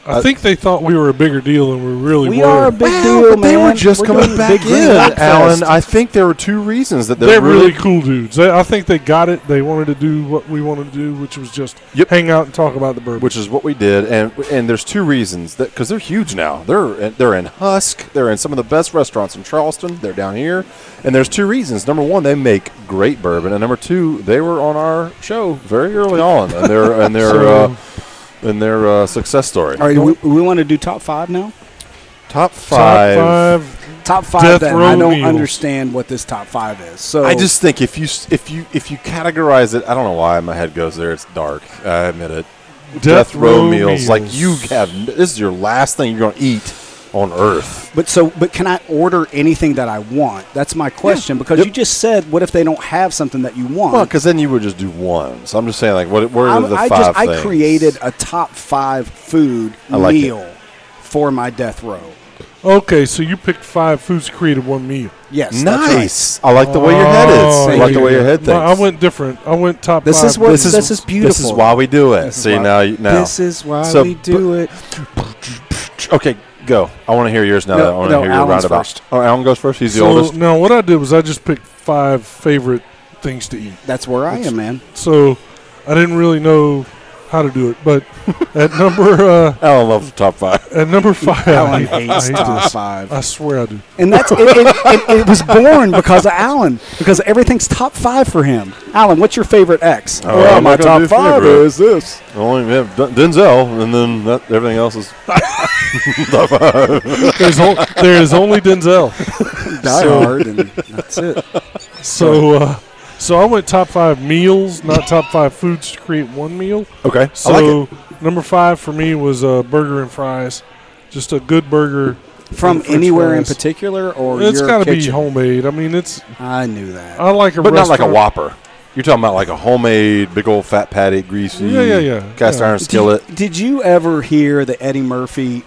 Speaker 4: I think they thought we were a bigger deal than we really
Speaker 1: uh, We
Speaker 4: were.
Speaker 1: are a big
Speaker 2: Well,
Speaker 1: deal,
Speaker 2: but they were
Speaker 1: man.
Speaker 2: just
Speaker 1: We're
Speaker 2: coming
Speaker 1: doing
Speaker 2: back
Speaker 1: Big Green
Speaker 2: in,
Speaker 1: Rock
Speaker 2: Alan.
Speaker 1: Fest.
Speaker 2: I think there were two reasons that
Speaker 4: They're really cool dudes. They, I think they got it. They wanted to do what we wanted to do, which was just
Speaker 2: Yep.
Speaker 4: hang out and talk about the bourbon.
Speaker 2: which is what we did, and and there's two reasons that because they're huge now. They're they're in Husk. They're in some of the best restaurants in Charleston. They're down here, and there's two reasons. Number one, they make great bourbon, and number two, they were on our show very early on, and their and their
Speaker 4: So-
Speaker 2: uh, and their uh, success story.
Speaker 1: All right, we, we want to do top five now.
Speaker 2: Top
Speaker 4: Top
Speaker 2: five.
Speaker 4: five.
Speaker 1: Top
Speaker 4: Death
Speaker 1: five. Then I
Speaker 4: row
Speaker 1: don't
Speaker 4: meals.
Speaker 1: understand what this top five is. So
Speaker 2: I just think if you s- if you if you categorize it, I don't know why my head goes there. It's dark. I admit it.
Speaker 4: Death,
Speaker 2: Death, row, meals, like you have. n- This is your last thing you're gonna eat on Earth.
Speaker 1: But so, but can I order anything that I want? That's my question because
Speaker 2: Yep.
Speaker 1: you just said, what if they don't have something that you want?
Speaker 2: Well, because then you would just do one. So I'm just saying, like, what? Where are
Speaker 1: I'm-
Speaker 2: the
Speaker 1: I
Speaker 2: five
Speaker 1: just I
Speaker 2: things?
Speaker 1: created a top five food
Speaker 2: I like it.
Speaker 1: meal for my death row.
Speaker 4: Okay, so you picked five foods created one meal. Oh,
Speaker 1: Yes, that's right.
Speaker 2: nice. I like the way your head is. I
Speaker 1: thank
Speaker 2: like the
Speaker 1: you.
Speaker 2: way your head thinks.
Speaker 4: No, I went different. I went top
Speaker 1: This
Speaker 4: five.
Speaker 1: is what-
Speaker 4: this
Speaker 1: this is
Speaker 2: This is
Speaker 1: beautiful.
Speaker 2: why we do it.
Speaker 1: This is
Speaker 2: See
Speaker 1: why-
Speaker 2: now, you- now.
Speaker 1: This is why
Speaker 2: So,
Speaker 1: we do it.
Speaker 2: okay. Go. I want to hear yours now.
Speaker 1: No,
Speaker 2: I want to
Speaker 1: no,
Speaker 2: hear your
Speaker 1: Alan's
Speaker 2: roundabout.
Speaker 1: first.
Speaker 2: Oh, Alan goes first. He's the
Speaker 4: so
Speaker 2: oldest.
Speaker 4: now what I did was I just picked five favorite things to eat.
Speaker 1: That's where I
Speaker 4: It's-
Speaker 1: am, man.
Speaker 4: So I didn't really know how to do it, but at number uh,
Speaker 2: Alan loves the top five.
Speaker 4: at number five,
Speaker 1: Alan
Speaker 4: I, hate, I
Speaker 1: hates
Speaker 4: hate
Speaker 1: top
Speaker 4: this.
Speaker 1: five,
Speaker 4: I swear I do.
Speaker 1: and that's it, it, it, it was born because of Alan because everything's top five for him. Alan, what's your favorite X?
Speaker 2: Oh, I'm not gonna do favorite.
Speaker 1: is this.
Speaker 2: Only yeah, D- Denzel, and then that, everything else is top five.
Speaker 4: There's o- there is only Denzel.
Speaker 1: Die Hard, and that's it.
Speaker 4: So uh, so I went top five meals, not top five foods to create one meal.
Speaker 2: Okay,
Speaker 4: So number five for me was uh, burger and fries. Just a good burger.
Speaker 1: From
Speaker 4: French
Speaker 1: anywhere in
Speaker 4: fries.
Speaker 1: particular, or
Speaker 4: It's
Speaker 1: your
Speaker 4: got to be
Speaker 1: kitchen?
Speaker 4: homemade. I mean, it's
Speaker 1: I knew that.
Speaker 4: I like a
Speaker 2: but not like a
Speaker 4: restaurant-
Speaker 2: Whopper. You're talking about like a homemade, big old fat patty, greasy,
Speaker 4: Yeah, yeah, yeah.
Speaker 2: cast
Speaker 4: Yeah.
Speaker 2: iron
Speaker 1: Did-
Speaker 2: skillet.
Speaker 1: Did, you ever hear the Eddie Murphy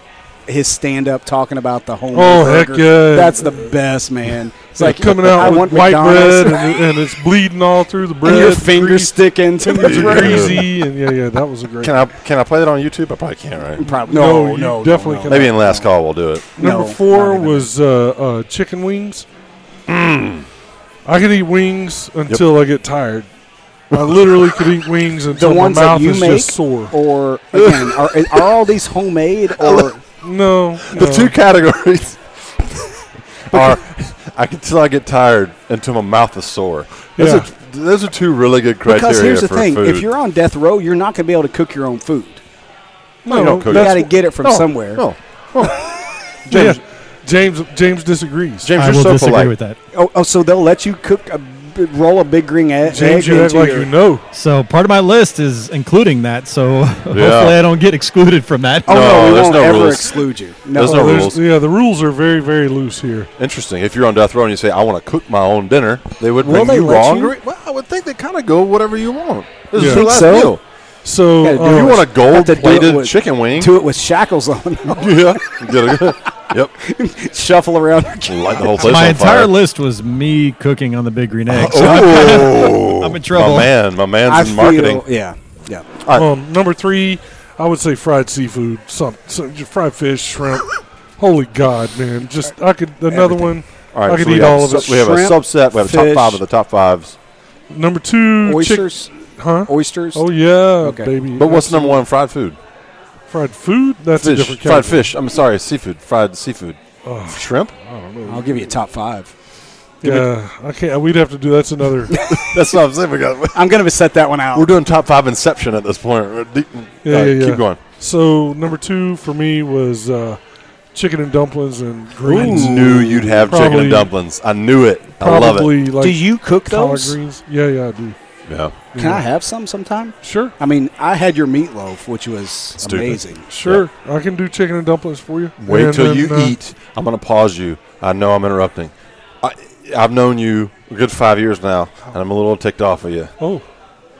Speaker 1: his stand up talking about the home?
Speaker 4: Oh, heck yeah.
Speaker 1: That's the best, man. It's
Speaker 4: It's like coming out
Speaker 1: I
Speaker 4: with
Speaker 1: want
Speaker 4: white
Speaker 1: McDonald's.
Speaker 4: bread and, and it's bleeding all through the bread.
Speaker 1: and your fingers
Speaker 4: grease-
Speaker 1: sticking to
Speaker 4: fingers
Speaker 1: the
Speaker 4: are
Speaker 1: bread.
Speaker 4: greasy and yeah, yeah, that was a great.
Speaker 2: Can I can I play that on YouTube? I probably can't, right?
Speaker 1: Probably
Speaker 4: No,
Speaker 1: no, no,
Speaker 4: you
Speaker 1: no,
Speaker 4: definitely
Speaker 1: no.
Speaker 4: cannot.
Speaker 2: Maybe in last call we'll do it.
Speaker 4: Number
Speaker 1: No, not
Speaker 4: four
Speaker 1: even.
Speaker 4: was uh, uh, chicken wings. I could eat wings until I get tired. I literally could eat wings until
Speaker 1: ones
Speaker 4: my
Speaker 1: that
Speaker 4: mouth
Speaker 1: you
Speaker 4: is
Speaker 1: make?
Speaker 4: just sore.
Speaker 1: Or again, are, are all these homemade or
Speaker 4: No,
Speaker 2: The
Speaker 4: no.
Speaker 2: two categories are I can till I get tired until my mouth is sore. Those,
Speaker 4: Yeah.
Speaker 2: are, those are two really good criteria
Speaker 1: because here's the
Speaker 2: for
Speaker 1: thing:
Speaker 2: food.
Speaker 1: if you're on death row, you're not going to be able to cook your own food.
Speaker 4: no,
Speaker 2: you don't
Speaker 1: You
Speaker 2: cook
Speaker 1: got
Speaker 4: that's-
Speaker 1: to get it from
Speaker 2: No,
Speaker 1: somewhere.
Speaker 2: no,
Speaker 4: yeah. James James disagrees.
Speaker 2: James,
Speaker 5: I
Speaker 2: you're
Speaker 5: will
Speaker 2: so
Speaker 5: disagree
Speaker 2: polite.
Speaker 5: with that.
Speaker 1: Oh, oh, so they'll let you cook a b- roll a big green e-, egg.
Speaker 4: James, you
Speaker 1: into
Speaker 4: act like
Speaker 1: your-
Speaker 4: you know.
Speaker 5: So part of my list is including that. So hopefully I don't get excluded from that.
Speaker 1: Oh no,
Speaker 2: No,
Speaker 1: we
Speaker 2: there's
Speaker 1: won't
Speaker 2: no
Speaker 1: ever
Speaker 2: rules.
Speaker 1: exclude you.
Speaker 2: There's no
Speaker 4: There's-
Speaker 2: rules.
Speaker 4: Yeah, the rules are very very loose here.
Speaker 2: Interesting. If you're on death row and you say I want to cook my own dinner, they would
Speaker 1: Will
Speaker 2: bring
Speaker 1: they
Speaker 2: you
Speaker 1: let
Speaker 2: wrong.
Speaker 1: you?
Speaker 2: gre- Well, I would think they kind of go whatever you want. This
Speaker 4: Yeah.
Speaker 2: is your
Speaker 4: Think
Speaker 2: last
Speaker 1: so?
Speaker 2: meal.
Speaker 4: So
Speaker 1: Gotta do
Speaker 4: uh,
Speaker 1: it.
Speaker 2: You want a
Speaker 1: Have to do it
Speaker 2: gold-plated
Speaker 1: with-
Speaker 2: chicken wing?
Speaker 1: Do it with shackles on.
Speaker 2: yeah. Get a- yep.
Speaker 1: Shuffle around.
Speaker 2: Light the whole place
Speaker 5: my
Speaker 2: on
Speaker 5: entire
Speaker 2: fire.
Speaker 5: list was me cooking on the big green egg. So
Speaker 2: Oh,
Speaker 5: I'm in trouble.
Speaker 2: My man, my man's
Speaker 1: I
Speaker 2: in marketing.
Speaker 1: feel. Yeah. Yeah.
Speaker 4: Um, number three, I would say fried seafood, some, some just fried fish, shrimp. Holy God, man! Just I could another one.
Speaker 2: All right,
Speaker 4: I could
Speaker 2: we
Speaker 4: eat
Speaker 2: have
Speaker 4: all
Speaker 2: a
Speaker 4: of it.
Speaker 2: sub- We have a
Speaker 1: Shrimp,
Speaker 2: subset. We have a top
Speaker 1: fish.
Speaker 2: five of the top fives.
Speaker 4: Number two, Mm, chick,
Speaker 1: Oysters.
Speaker 4: huh?
Speaker 1: Oysters.
Speaker 4: Oh yeah,
Speaker 1: Okay.
Speaker 4: baby.
Speaker 2: But what's number one? Fried food,
Speaker 4: Fried food? That's a
Speaker 2: fish,
Speaker 4: different
Speaker 2: fried
Speaker 4: category.
Speaker 2: fish. I'm sorry, seafood, fried seafood,
Speaker 4: Oh,
Speaker 2: shrimp.
Speaker 4: I don't know.
Speaker 1: I'll give you a top five.
Speaker 4: yeah, I can't. We'd have to do. That's another.
Speaker 2: That's what I'm saying. We got.
Speaker 1: I'm gonna set that one out.
Speaker 2: We're doing top five Inception at this point. We're deep-
Speaker 4: Yeah,
Speaker 2: All right,
Speaker 4: yeah, yeah.
Speaker 2: Keep going.
Speaker 4: so number two for me was uh, chicken and dumplings and
Speaker 2: I
Speaker 4: greens.
Speaker 2: knew you'd have chicken
Speaker 4: Probably-
Speaker 2: and dumplings. I knew it. I love it.
Speaker 4: Probably like
Speaker 1: Do you cook
Speaker 4: collard
Speaker 1: those?
Speaker 4: greens. Yeah, yeah, I do.
Speaker 2: Yeah.
Speaker 1: Can I have some sometime?
Speaker 4: Sure,
Speaker 1: I mean, I had your meatloaf, which was
Speaker 2: Stupid.
Speaker 1: amazing.
Speaker 4: sure. I can do chicken and dumplings for you.
Speaker 2: Wait
Speaker 4: And
Speaker 2: till
Speaker 4: then,
Speaker 2: you
Speaker 4: uh,
Speaker 2: eat. I'm going to pause you. I know I'm interrupting. I, I've known you a good five years now, and I'm a little ticked off of you.
Speaker 4: Oh,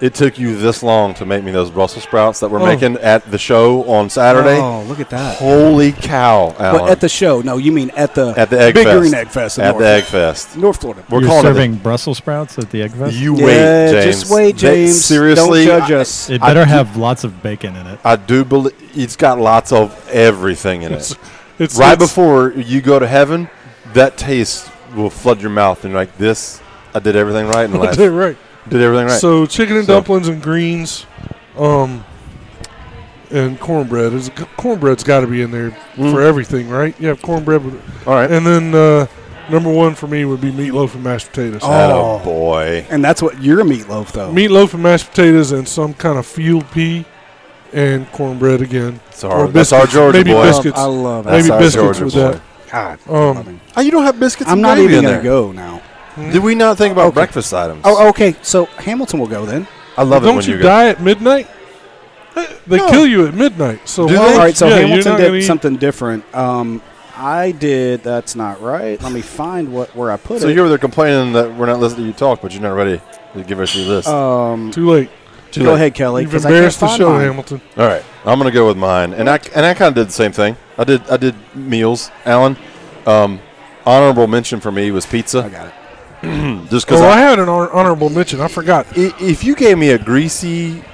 Speaker 2: It took you this long to make me those Brussels sprouts that we're
Speaker 4: Oh.
Speaker 2: making at the show on Saturday.
Speaker 1: Oh, look at that.
Speaker 2: Holy cow, Alan!
Speaker 1: But at the show, no, you mean at the
Speaker 2: At the Egg
Speaker 1: Big
Speaker 2: Fest.
Speaker 1: Green Egg Fest in
Speaker 2: at
Speaker 1: North
Speaker 2: the Egg
Speaker 1: Florida.
Speaker 2: Fest,
Speaker 1: North Florida.
Speaker 2: we're
Speaker 5: You're
Speaker 2: calling it the-
Speaker 5: serving Brussels sprouts at the egg fest.
Speaker 2: You
Speaker 1: Yeah,
Speaker 2: wait, James.
Speaker 1: just wait,
Speaker 2: They-
Speaker 1: James.
Speaker 2: seriously,
Speaker 1: Don't judge
Speaker 2: I-
Speaker 1: us.
Speaker 5: it
Speaker 2: I
Speaker 5: better
Speaker 2: do-
Speaker 5: have lots of bacon in it.
Speaker 2: I do believe it's got lots of everything in it.
Speaker 4: It's
Speaker 2: right
Speaker 4: it's-
Speaker 2: before you go to heaven, that taste will flood your mouth, and you're like, "This, I did everything right in life.
Speaker 4: Okay, right.
Speaker 2: did everything right."
Speaker 4: So chicken and
Speaker 2: So-
Speaker 4: dumplings and greens, um, and cornbread. Is cornbread's got to be in there
Speaker 2: Mm-hmm.
Speaker 4: for everything, right? You have cornbread, with,
Speaker 2: All right.
Speaker 4: and then uh, number one for me would be meatloaf and mashed potatoes.
Speaker 2: oh boy,
Speaker 1: And that's what your meatloaf though.
Speaker 4: Meatloaf and mashed potatoes and some kind of field pea and cornbread again.
Speaker 2: it's our, that's our
Speaker 4: biscuits.
Speaker 2: Georgia
Speaker 4: Maybe
Speaker 2: boy.
Speaker 1: I love-
Speaker 4: biscuits.
Speaker 1: I love it.
Speaker 2: That's
Speaker 4: Maybe
Speaker 2: our
Speaker 4: biscuits
Speaker 2: Georgia
Speaker 4: with
Speaker 2: boy.
Speaker 4: that.
Speaker 1: God,
Speaker 4: Um,
Speaker 1: I mean,
Speaker 2: Oh, you don't have biscuits.
Speaker 1: I'm
Speaker 2: and
Speaker 1: not
Speaker 2: gravy
Speaker 1: even
Speaker 2: in
Speaker 1: gonna
Speaker 2: there.
Speaker 1: go now.
Speaker 2: Did we not think about
Speaker 1: Okay.
Speaker 2: breakfast items?
Speaker 1: Oh, okay. So Hamilton will go then.
Speaker 2: I love it
Speaker 4: don't
Speaker 2: when
Speaker 4: you
Speaker 2: you, go.
Speaker 4: die at midnight? They
Speaker 2: No.
Speaker 4: kill you at midnight. So
Speaker 2: Do
Speaker 4: why-
Speaker 2: they?
Speaker 1: All right. So
Speaker 4: yeah, you're
Speaker 1: Hamilton
Speaker 4: not gonna
Speaker 1: did
Speaker 4: eat-
Speaker 1: something different. Um, I did. That's not right. Let me find what where I put
Speaker 2: So
Speaker 1: it.
Speaker 2: you're over there complaining that we're not listening to you talk, but you're not ready to give us your list.
Speaker 4: Uh.
Speaker 1: um,
Speaker 4: Too late.
Speaker 2: Too
Speaker 1: go
Speaker 2: late.
Speaker 1: ahead, Kelly.
Speaker 4: You've
Speaker 1: 'cause I can't
Speaker 4: embarrassed the
Speaker 1: find
Speaker 4: show,
Speaker 1: mine.
Speaker 4: Hamilton.
Speaker 2: All right, I'm gonna go with mine, and I and I kind of did the same thing. I did I did meals, Alan. Um, honorable mention for me was
Speaker 1: I
Speaker 2: pizza,
Speaker 1: got it.
Speaker 2: just because
Speaker 4: Oh, I, had an hon- honorable mention. I forgot.
Speaker 2: if you gave me a greasy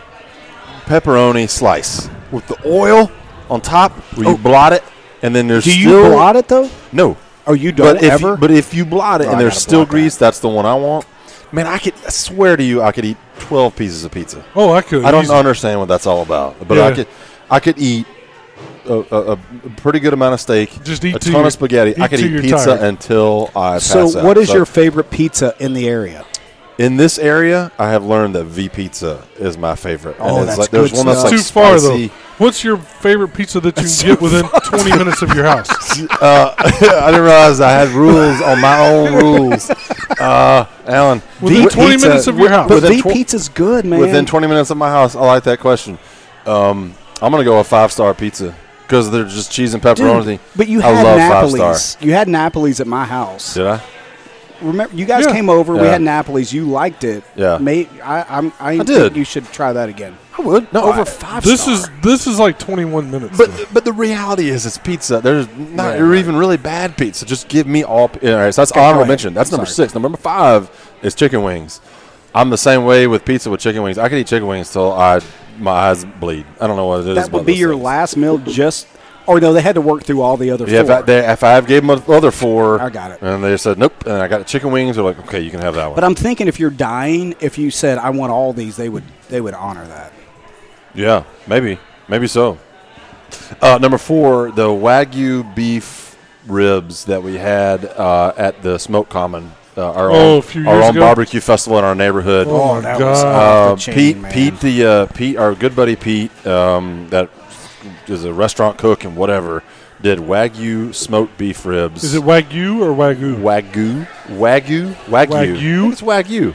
Speaker 2: pepperoni slice with the oil on top, where
Speaker 1: Oh.
Speaker 2: you blot it, and then there's
Speaker 1: Do you
Speaker 2: still
Speaker 1: blot it though?
Speaker 2: no,
Speaker 1: Oh, you don't
Speaker 2: but if
Speaker 1: ever.
Speaker 2: You, but if you blot it
Speaker 1: Oh, I
Speaker 2: and there's
Speaker 1: gotta
Speaker 2: still
Speaker 1: blot that.
Speaker 2: grease, that's the one I want. Man, I could I swear to you, I could eat 12 pieces of pizza.
Speaker 4: Oh, I could.
Speaker 2: I don't understand what that's all about, but I
Speaker 4: Yeah.
Speaker 2: could, I could eat a, a, a pretty good amount of steak,
Speaker 4: Just eat
Speaker 2: a
Speaker 4: till
Speaker 2: ton
Speaker 4: you're-
Speaker 2: of spaghetti. I
Speaker 4: eat
Speaker 2: could
Speaker 4: till
Speaker 2: eat
Speaker 4: you're
Speaker 2: pizza
Speaker 4: tired.
Speaker 2: until I pass
Speaker 1: so
Speaker 2: out.
Speaker 1: what is your favorite pizza in the area?
Speaker 2: in this area? I have learned that V pizza is my favorite.
Speaker 1: Oh,
Speaker 2: it's
Speaker 1: that's
Speaker 2: like, there's
Speaker 1: good
Speaker 2: one
Speaker 1: stuff.
Speaker 2: that's
Speaker 4: Too
Speaker 2: like
Speaker 4: far
Speaker 2: spicy.
Speaker 4: though. What's your favorite pizza that you can get within 20 minutes of your house?
Speaker 2: Uh, I didn't realize I had rules on my own rules. Uh, Alan,
Speaker 4: Within
Speaker 2: wh-
Speaker 4: 20
Speaker 2: pizza-
Speaker 4: minutes of your house.
Speaker 1: But
Speaker 2: within
Speaker 1: the
Speaker 2: tw-
Speaker 1: pizza's good, man.
Speaker 2: within 20 minutes of my house. I like that question. Um, I'm gonna go with five star pizza because they're just cheese and pepperoni.
Speaker 1: Dude, but you
Speaker 2: I
Speaker 1: had
Speaker 2: love
Speaker 1: Napoli's.
Speaker 2: five star.
Speaker 1: You had Napoli's at my house.
Speaker 2: Did I?
Speaker 1: Remember, you guys
Speaker 4: Yeah.
Speaker 1: came over. We
Speaker 2: Yeah.
Speaker 1: had Napoli's. You liked it.
Speaker 2: Yeah.
Speaker 1: May, I, I'm, I, think
Speaker 2: did.
Speaker 1: You should try that again.
Speaker 2: I would. No,
Speaker 1: Over
Speaker 2: I-
Speaker 1: five.
Speaker 4: this
Speaker 1: star.
Speaker 4: is this is like 21 minutes. though.
Speaker 2: But but the reality is, it's pizza. There's not
Speaker 1: Right,
Speaker 2: or
Speaker 1: right.
Speaker 2: even really bad pizza. Just give me all. p- All right, so that's
Speaker 1: go
Speaker 2: honorable
Speaker 1: ahead.
Speaker 2: mention. That's
Speaker 1: I'm
Speaker 2: number
Speaker 1: sorry.
Speaker 2: six. Number five is chicken wings. I'm the same way with pizza with chicken wings. I could eat chicken wings till I my eyes bleed. I don't know what it is.
Speaker 1: that
Speaker 2: about
Speaker 1: would be
Speaker 2: those
Speaker 1: your
Speaker 2: things.
Speaker 1: last meal. Just or no, they had to work through all the other.
Speaker 2: Yeah, if
Speaker 1: four.
Speaker 2: I, they, if I gave them the other four,
Speaker 1: I got it.
Speaker 2: And they said nope, and I got the chicken wings. They're like, okay, you can have that one.
Speaker 1: but I'm thinking if you're dying, if you said I want all these, they would, they would honor that.
Speaker 2: Yeah, maybe, maybe so. Uh, number four, the wagyu beef ribs that we had uh, at the Smoke Common, uh, our
Speaker 4: Oh,
Speaker 2: own,
Speaker 4: a few
Speaker 2: our
Speaker 4: years
Speaker 2: own
Speaker 4: ago?
Speaker 2: barbecue festival in our neighborhood.
Speaker 4: Oh, my
Speaker 1: that was
Speaker 4: God.
Speaker 1: off
Speaker 2: Uh,
Speaker 1: the chain,
Speaker 2: Pete,
Speaker 1: man.
Speaker 2: Pete, the uh, Pete, our good buddy Pete, um, that is a restaurant cook and whatever, did wagyu smoked beef ribs.
Speaker 4: is it wagyu or wagyu?
Speaker 2: wagyu? Wagyu, wagyu,
Speaker 4: Wagyu?
Speaker 2: It's wagyu. Wagyu,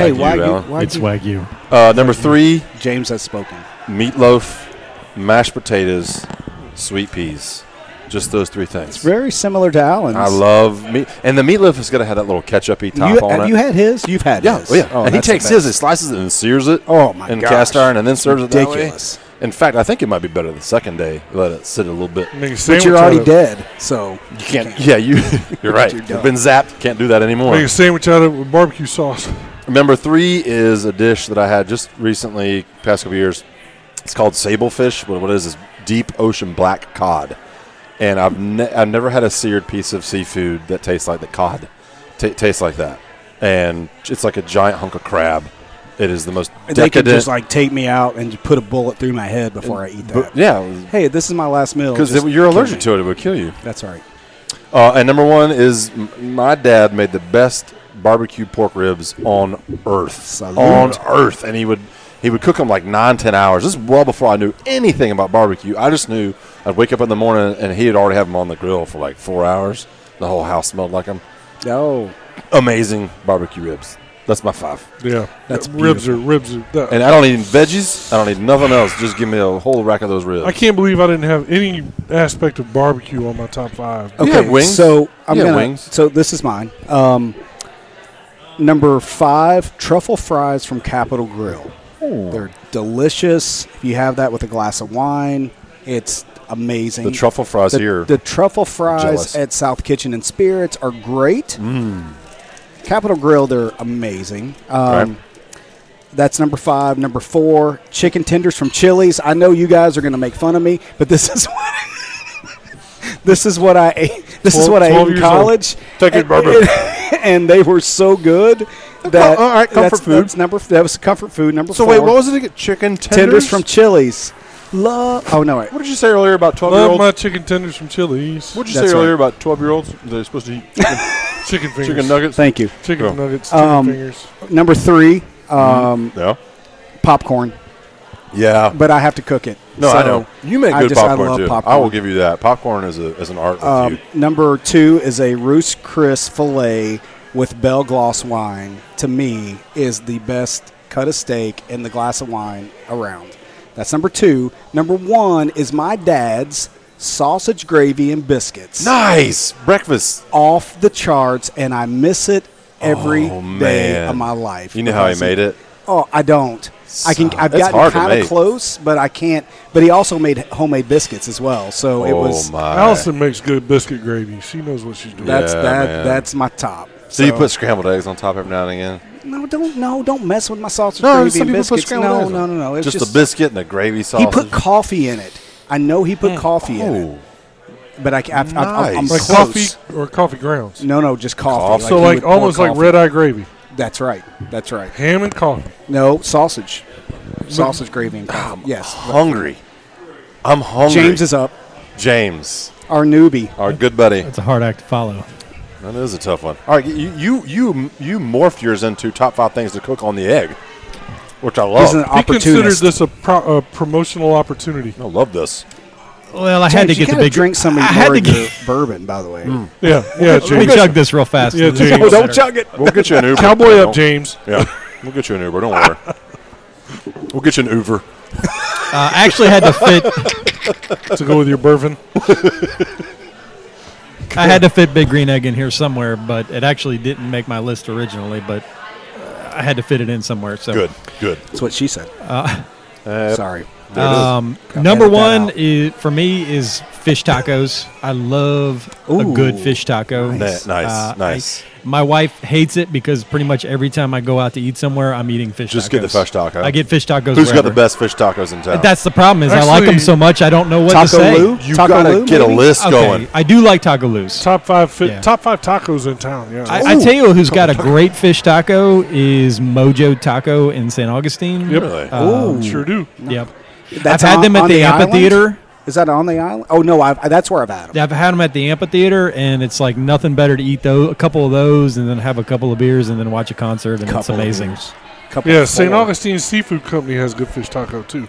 Speaker 1: Hey, why you,
Speaker 2: Alan.
Speaker 1: why
Speaker 5: it's
Speaker 1: you-
Speaker 5: wagyu.
Speaker 2: Uh, number three,
Speaker 1: James has spoken.
Speaker 2: meatloaf, mashed potatoes, sweet peas. Just those three things.
Speaker 1: Very similar to Alan's.
Speaker 2: I love meat, and the meatloaf is gonna have that little ketchupy top
Speaker 1: You,
Speaker 2: on
Speaker 1: have
Speaker 2: it.
Speaker 1: you had his? You've had
Speaker 2: yeah,
Speaker 1: his.
Speaker 2: oh, yeah.
Speaker 1: Oh,
Speaker 2: and he
Speaker 1: that's the
Speaker 2: takes
Speaker 1: best.
Speaker 2: his, and slices it, and sears it.
Speaker 1: Oh, my
Speaker 2: In
Speaker 1: gosh.
Speaker 2: cast iron, and then serves
Speaker 1: Ridiculous.
Speaker 2: it that way. In fact, I think it might be better the second day. Let it sit a little bit.
Speaker 4: Make a sandwich
Speaker 1: But you're
Speaker 4: out
Speaker 1: already
Speaker 4: of-
Speaker 1: dead, so
Speaker 2: You can't. Yeah, you. You're right.
Speaker 1: You're
Speaker 2: You've
Speaker 1: done.
Speaker 2: been zapped. Can't do that anymore.
Speaker 4: Make a sandwich out of it with barbecue sauce.
Speaker 2: Number three is a dish that I had just recently, past couple years. It's called sablefish. What, what is this? Deep ocean black cod. And I've ne- I've never had a seared piece of seafood that tastes like the cod. Ta tastes like that. And it's like a giant hunk of crab. It is the most
Speaker 1: they could
Speaker 2: decadent.
Speaker 1: just like take me out and just put a bullet through my head before I eat
Speaker 2: bu-
Speaker 1: that.
Speaker 2: yeah,
Speaker 1: Hey, this is my last meal.
Speaker 2: because
Speaker 1: just
Speaker 2: you're
Speaker 1: kill
Speaker 2: allergic
Speaker 1: me.
Speaker 2: to it, it would kill you.
Speaker 1: That's all right.
Speaker 2: Uh, and number one is m- my dad made the best barbecue pork ribs on earth.
Speaker 1: Salute.
Speaker 2: On earth, and he would he would cook them like nine ten hours. This is well before I knew anything about barbecue. I just knew I'd wake up in the morning and he would already have them on the grill for like four hours. The whole house smelled like them.
Speaker 1: Oh,
Speaker 2: Amazing barbecue ribs. That's my five.
Speaker 4: Yeah,
Speaker 1: That's
Speaker 4: ribs are ribs. Are, that-
Speaker 2: And I don't eat veggies. I don't eat nothing else. Just give me a whole rack of those ribs.
Speaker 4: I can't believe I didn't have any aspect of barbecue on my top five.
Speaker 2: You have wings.
Speaker 1: So I'm
Speaker 2: You have
Speaker 1: gonna.
Speaker 2: wings.
Speaker 1: So this is mine. Um, Number five, truffle fries from Capital Grill. They're delicious. If you have that with a glass of wine, it's amazing.
Speaker 2: The truffle fries
Speaker 1: the,
Speaker 2: here.
Speaker 1: The truffle fries
Speaker 2: Jealous. Mm.
Speaker 1: at South Kitchen and Spirits are great. Capital Grill, they're amazing. Um,
Speaker 2: Right.
Speaker 1: That's number five. Number four, chicken tenders from Chili's. I know you guys are going to make fun of me, but this is what this is what I ate. This is
Speaker 4: Twelve-
Speaker 1: what I
Speaker 4: twelve
Speaker 1: ate in
Speaker 4: years old.
Speaker 1: college.
Speaker 2: Take it,
Speaker 1: and,
Speaker 2: Barbara.
Speaker 1: and they were so good that
Speaker 2: all right, comfort
Speaker 1: that's,
Speaker 2: food.
Speaker 1: That's number that was comfort food number
Speaker 2: So
Speaker 1: four.
Speaker 2: wait, what was it again? Chicken tenders,
Speaker 1: tenders from Chili's? Love. Oh no, wait.
Speaker 2: What did you say earlier about twelve year
Speaker 4: Love
Speaker 2: olds?
Speaker 4: my chicken tenders from Chili's.
Speaker 2: What did you
Speaker 1: That's
Speaker 2: say
Speaker 1: right.
Speaker 2: earlier about twelve year olds? They're supposed to eat
Speaker 4: Chicken fingers.
Speaker 2: chicken nuggets.
Speaker 1: Thank you.
Speaker 4: Chicken
Speaker 2: Oh.
Speaker 4: nuggets. Chicken
Speaker 1: Um,
Speaker 4: fingers.
Speaker 1: Number three, um,
Speaker 2: No.
Speaker 1: popcorn.
Speaker 2: Yeah.
Speaker 1: But I have to cook it.
Speaker 2: No, I
Speaker 1: So,
Speaker 2: know. You make
Speaker 1: I
Speaker 2: good
Speaker 1: just- I
Speaker 2: popcorn
Speaker 1: love
Speaker 2: too. I
Speaker 1: popcorn.
Speaker 2: will give you that. Popcorn is a is an art with
Speaker 1: Um,
Speaker 2: you.
Speaker 1: number two is a Roost Chris filet with Bell Gloss wine. To me, is the best cut of steak in the glass of wine around. That's number two. Number one is my dad's sausage gravy and biscuits.
Speaker 2: Nice breakfast.
Speaker 1: Off the charts, and I miss it every day
Speaker 2: Oh, man.
Speaker 1: of my life.
Speaker 2: You know how he
Speaker 1: because
Speaker 2: made it.
Speaker 1: Oh, I don't. I can.
Speaker 2: So-
Speaker 1: I've
Speaker 2: it's
Speaker 1: gotten
Speaker 2: hard to
Speaker 1: kind of
Speaker 2: make.
Speaker 1: close, but I can't. But he also made homemade biscuits as well. So it
Speaker 2: oh
Speaker 1: was.
Speaker 2: my.
Speaker 4: Allison makes good biscuit gravy. She knows what she's doing.
Speaker 1: That's
Speaker 2: Yeah,
Speaker 1: that.
Speaker 2: man.
Speaker 1: That's my top.
Speaker 2: So you put scrambled eggs on top every now and again.
Speaker 1: No, don't no, don't mess with my sausage
Speaker 2: No,
Speaker 1: gravy
Speaker 2: some
Speaker 1: and
Speaker 2: people put
Speaker 1: biscuits.
Speaker 2: scrambled
Speaker 1: No,
Speaker 2: eggs
Speaker 1: no,
Speaker 2: on.
Speaker 1: no, no. It's
Speaker 2: just,
Speaker 1: just,
Speaker 2: a biscuit and a gravy sauce.
Speaker 1: He put coffee in it. I know he put coffee in it,
Speaker 2: oh,
Speaker 1: but I, I, I, am
Speaker 2: Nice.
Speaker 4: like
Speaker 1: close.
Speaker 4: coffee or coffee grounds.
Speaker 1: No, no, just coffee.
Speaker 2: Coffee.
Speaker 4: so
Speaker 1: he
Speaker 4: like
Speaker 1: would pour
Speaker 4: almost like
Speaker 1: coffee.
Speaker 4: red eye gravy.
Speaker 1: That's right. That's right.
Speaker 4: Ham and coffee.
Speaker 1: No sausage, sausage gravy and coffee. Yes.
Speaker 2: hungry. I'm hungry.
Speaker 1: James is up.
Speaker 2: James,
Speaker 1: Our newbie.
Speaker 2: our good buddy.
Speaker 5: That's a hard act to follow.
Speaker 2: That is a tough one. All right, you you you you morphed yours into top five things to cook on the egg, which I
Speaker 1: He's an
Speaker 2: love.
Speaker 4: He considered
Speaker 1: opportunist.
Speaker 4: this a, pro- a promotional opportunity.
Speaker 2: I love this.
Speaker 5: Well, I
Speaker 1: James,
Speaker 5: had to
Speaker 1: you
Speaker 5: get the
Speaker 1: gotta
Speaker 5: big
Speaker 1: drink some
Speaker 5: I
Speaker 1: of
Speaker 5: had
Speaker 1: your
Speaker 5: to get.
Speaker 1: bourbon, by the way.
Speaker 4: Yeah, yeah,
Speaker 5: Let me
Speaker 4: James.
Speaker 5: chug this real fast.
Speaker 4: Yeah,
Speaker 5: This is
Speaker 2: Oh,
Speaker 4: James.
Speaker 5: a
Speaker 4: Don't
Speaker 5: better-
Speaker 1: it.
Speaker 2: We'll get you an Uber.
Speaker 4: Cowboy
Speaker 2: Don't-
Speaker 4: up, James.
Speaker 2: Yeah, we'll get you an Uber. Don't worry. We'll get you an Uber.
Speaker 5: Uh, I actually had to fit.
Speaker 4: to go with your bourbon.
Speaker 5: I had to fit Big Green Egg in here somewhere, but it actually didn't make my list originally. But uh, I had to fit it in somewhere. So
Speaker 2: Good, good.
Speaker 1: That's what she said.
Speaker 2: Uh,
Speaker 1: Sorry.
Speaker 2: there it is.
Speaker 5: Um,
Speaker 1: Gotta
Speaker 5: number
Speaker 1: edit that
Speaker 5: one
Speaker 1: out.
Speaker 5: is, for me is fish tacos. I love a good
Speaker 1: Ooh.
Speaker 5: fish taco.
Speaker 2: Nice, nice,
Speaker 5: Uh,
Speaker 2: nice.
Speaker 5: I- my wife hates it because pretty much every time I go out to eat somewhere, I'm eating fish.
Speaker 2: Just
Speaker 5: tacos.
Speaker 2: get the fish taco.
Speaker 5: I get fish tacos.
Speaker 2: Who's got the
Speaker 5: wherever.
Speaker 2: best fish tacos in town?
Speaker 5: That's the problem is I like them
Speaker 4: Actually,
Speaker 5: so much I don't know what to say.
Speaker 1: Taco Lou?
Speaker 2: you
Speaker 1: Taco
Speaker 2: gotta
Speaker 1: Lou,
Speaker 2: get a
Speaker 1: maybe?
Speaker 2: list
Speaker 5: Okay,
Speaker 2: going.
Speaker 5: I do like taco Lou's.
Speaker 4: Top five, fi-
Speaker 5: Yeah.
Speaker 4: top five tacos in town. Yeah,
Speaker 5: I, I tell you who's got a great fish taco is Mojo Taco in St. Augustine.
Speaker 4: Yep.
Speaker 2: Really?
Speaker 1: Uh,
Speaker 4: Ooh, sure do.
Speaker 5: Yep.
Speaker 1: That's
Speaker 5: I've had
Speaker 1: on-
Speaker 5: them at
Speaker 1: on
Speaker 5: the,
Speaker 1: island?
Speaker 5: amphitheater.
Speaker 1: Is that on the island? Oh no, I've, that's where I've had them.
Speaker 5: I've had them at the amphitheater, and it's like nothing better to eat those, a couple of those and then have a couple of beers and then watch a concert, and it's
Speaker 1: Couple of
Speaker 5: amazing.
Speaker 1: years. Couple
Speaker 4: Yeah,
Speaker 1: of
Speaker 4: St.
Speaker 1: four.
Speaker 4: Augustine Seafood Company has good fish taco too.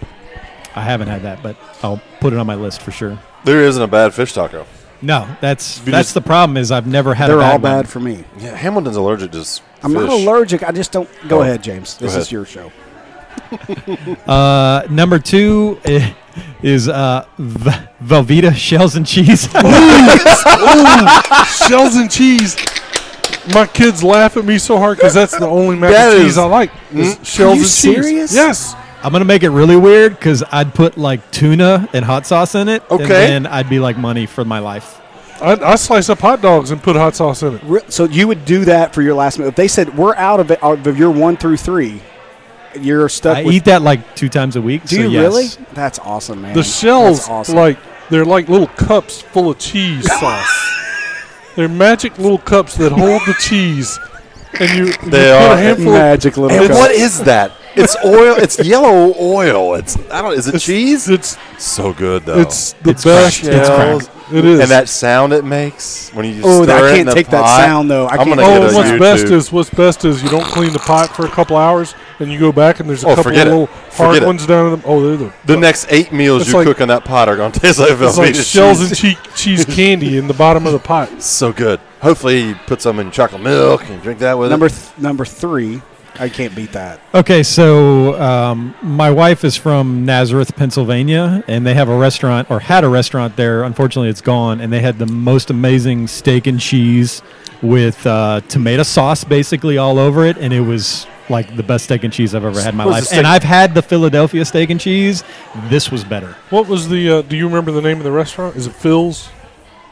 Speaker 5: I haven't had that, but I'll put it on my list for sure.
Speaker 2: there isn't a bad fish taco.
Speaker 5: No, that's
Speaker 2: You
Speaker 5: that's
Speaker 2: just-
Speaker 5: the problem is I've never had. a
Speaker 1: They're
Speaker 5: bad
Speaker 1: all
Speaker 5: one.
Speaker 1: bad for me.
Speaker 2: Yeah, Hamilton's allergic to s-
Speaker 1: I'm not
Speaker 2: fish.
Speaker 1: allergic. I just don't. Go
Speaker 2: Oh.
Speaker 1: ahead, James. This
Speaker 2: ahead.
Speaker 1: is your show.
Speaker 5: Uh, number two i- is uh, v- Velveeta shells and cheese.
Speaker 4: Shells and cheese. My kids laugh at me so hard because that's the only mac
Speaker 2: That
Speaker 4: and
Speaker 2: is-
Speaker 4: cheese I like. is Hmm?
Speaker 1: Are
Speaker 4: Shells
Speaker 1: you
Speaker 4: and
Speaker 1: serious?
Speaker 4: cheese. Yes.
Speaker 5: I'm gonna make it really weird because I'd put like tuna and hot sauce in it, and
Speaker 2: Okay.
Speaker 5: then I'd be like money for my life.
Speaker 4: I, I slice up hot dogs and put hot sauce in it.
Speaker 1: Re- So you would do that for your last meal. If they said we're out of it, out of your one through three, you're stuck.
Speaker 5: I
Speaker 1: with,
Speaker 5: eat that like two times a week.
Speaker 1: do
Speaker 5: so
Speaker 1: you
Speaker 5: yes.
Speaker 1: really? That's awesome, man.
Speaker 4: The
Speaker 1: That's
Speaker 4: shells,
Speaker 1: awesome.
Speaker 4: like they're like little cups full of cheese sauce. They're magic little cups that hold the cheese, and you, you put
Speaker 2: They
Speaker 4: a
Speaker 2: are
Speaker 4: handful. Of,
Speaker 1: magic little.
Speaker 2: And
Speaker 1: cup.
Speaker 2: what is that? It's oil. It's yellow oil. It's I don't. Is it cheese?
Speaker 4: it's
Speaker 2: so good though.
Speaker 4: it's the
Speaker 5: It's
Speaker 4: best.
Speaker 5: crack. It's crack.
Speaker 2: Shells.
Speaker 4: It is.
Speaker 2: And that sound it makes when you.
Speaker 1: Oh,
Speaker 2: stir
Speaker 1: I
Speaker 2: it in
Speaker 1: can't
Speaker 2: the
Speaker 1: take that
Speaker 2: pot.
Speaker 1: sound, though. I
Speaker 2: I'm
Speaker 1: can't
Speaker 2: gonna
Speaker 1: take
Speaker 2: get
Speaker 4: Oh,
Speaker 2: a
Speaker 4: and what's
Speaker 2: YouTube.
Speaker 4: best is what's best is you don't clean the pot for a couple hours, and you go back and there's a
Speaker 2: Oh,
Speaker 4: couple
Speaker 2: forget
Speaker 4: of
Speaker 2: it.
Speaker 4: little hard
Speaker 2: Forget it.
Speaker 4: ones down in them. Oh, they're the,
Speaker 2: the next eight meals
Speaker 4: It's
Speaker 2: you
Speaker 4: like-
Speaker 2: cook in that pot are gonna taste like
Speaker 4: it's like
Speaker 2: Velveeta
Speaker 4: shells
Speaker 2: cheese.
Speaker 4: and che- cheese candy in the bottom of the pot.
Speaker 2: So good. Hopefully, you put some in chocolate milk and drink that with
Speaker 1: number
Speaker 2: it.
Speaker 1: th- number three? I can't beat that.
Speaker 5: Okay, so um, my wife is from Nazareth, Pennsylvania, and they have a restaurant or had a restaurant there. Unfortunately, it's gone, and they had the most amazing steak and cheese with uh, tomato sauce basically all over it, and it was like the best steak and cheese I've ever had in my
Speaker 2: What was
Speaker 5: life.
Speaker 2: the
Speaker 5: And
Speaker 2: steak-
Speaker 5: I've had the Philadelphia steak and cheese. This was better.
Speaker 4: What was the? Uh, do you remember the name of the restaurant? Is it Phil's?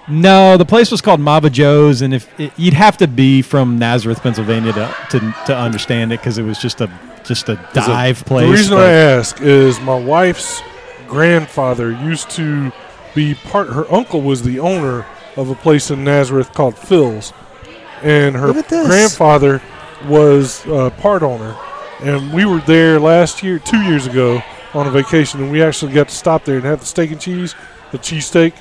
Speaker 5: No, the place was called Mava Joe's, and if it, you'd have to be from Nazareth, Pennsylvania, to to, to understand it because it was just a just a
Speaker 2: It's a-
Speaker 5: dive place.
Speaker 4: The reason
Speaker 5: but-
Speaker 4: I ask is my wife's grandfather used to be part. Her uncle was the owner of a place in Nazareth called Phil's, and her
Speaker 1: Look at this.
Speaker 4: grandfather was uh, part owner. And we were there last year, two years ago, on a vacation, and we actually got to stop there and have the steak and cheese, the cheesesteak.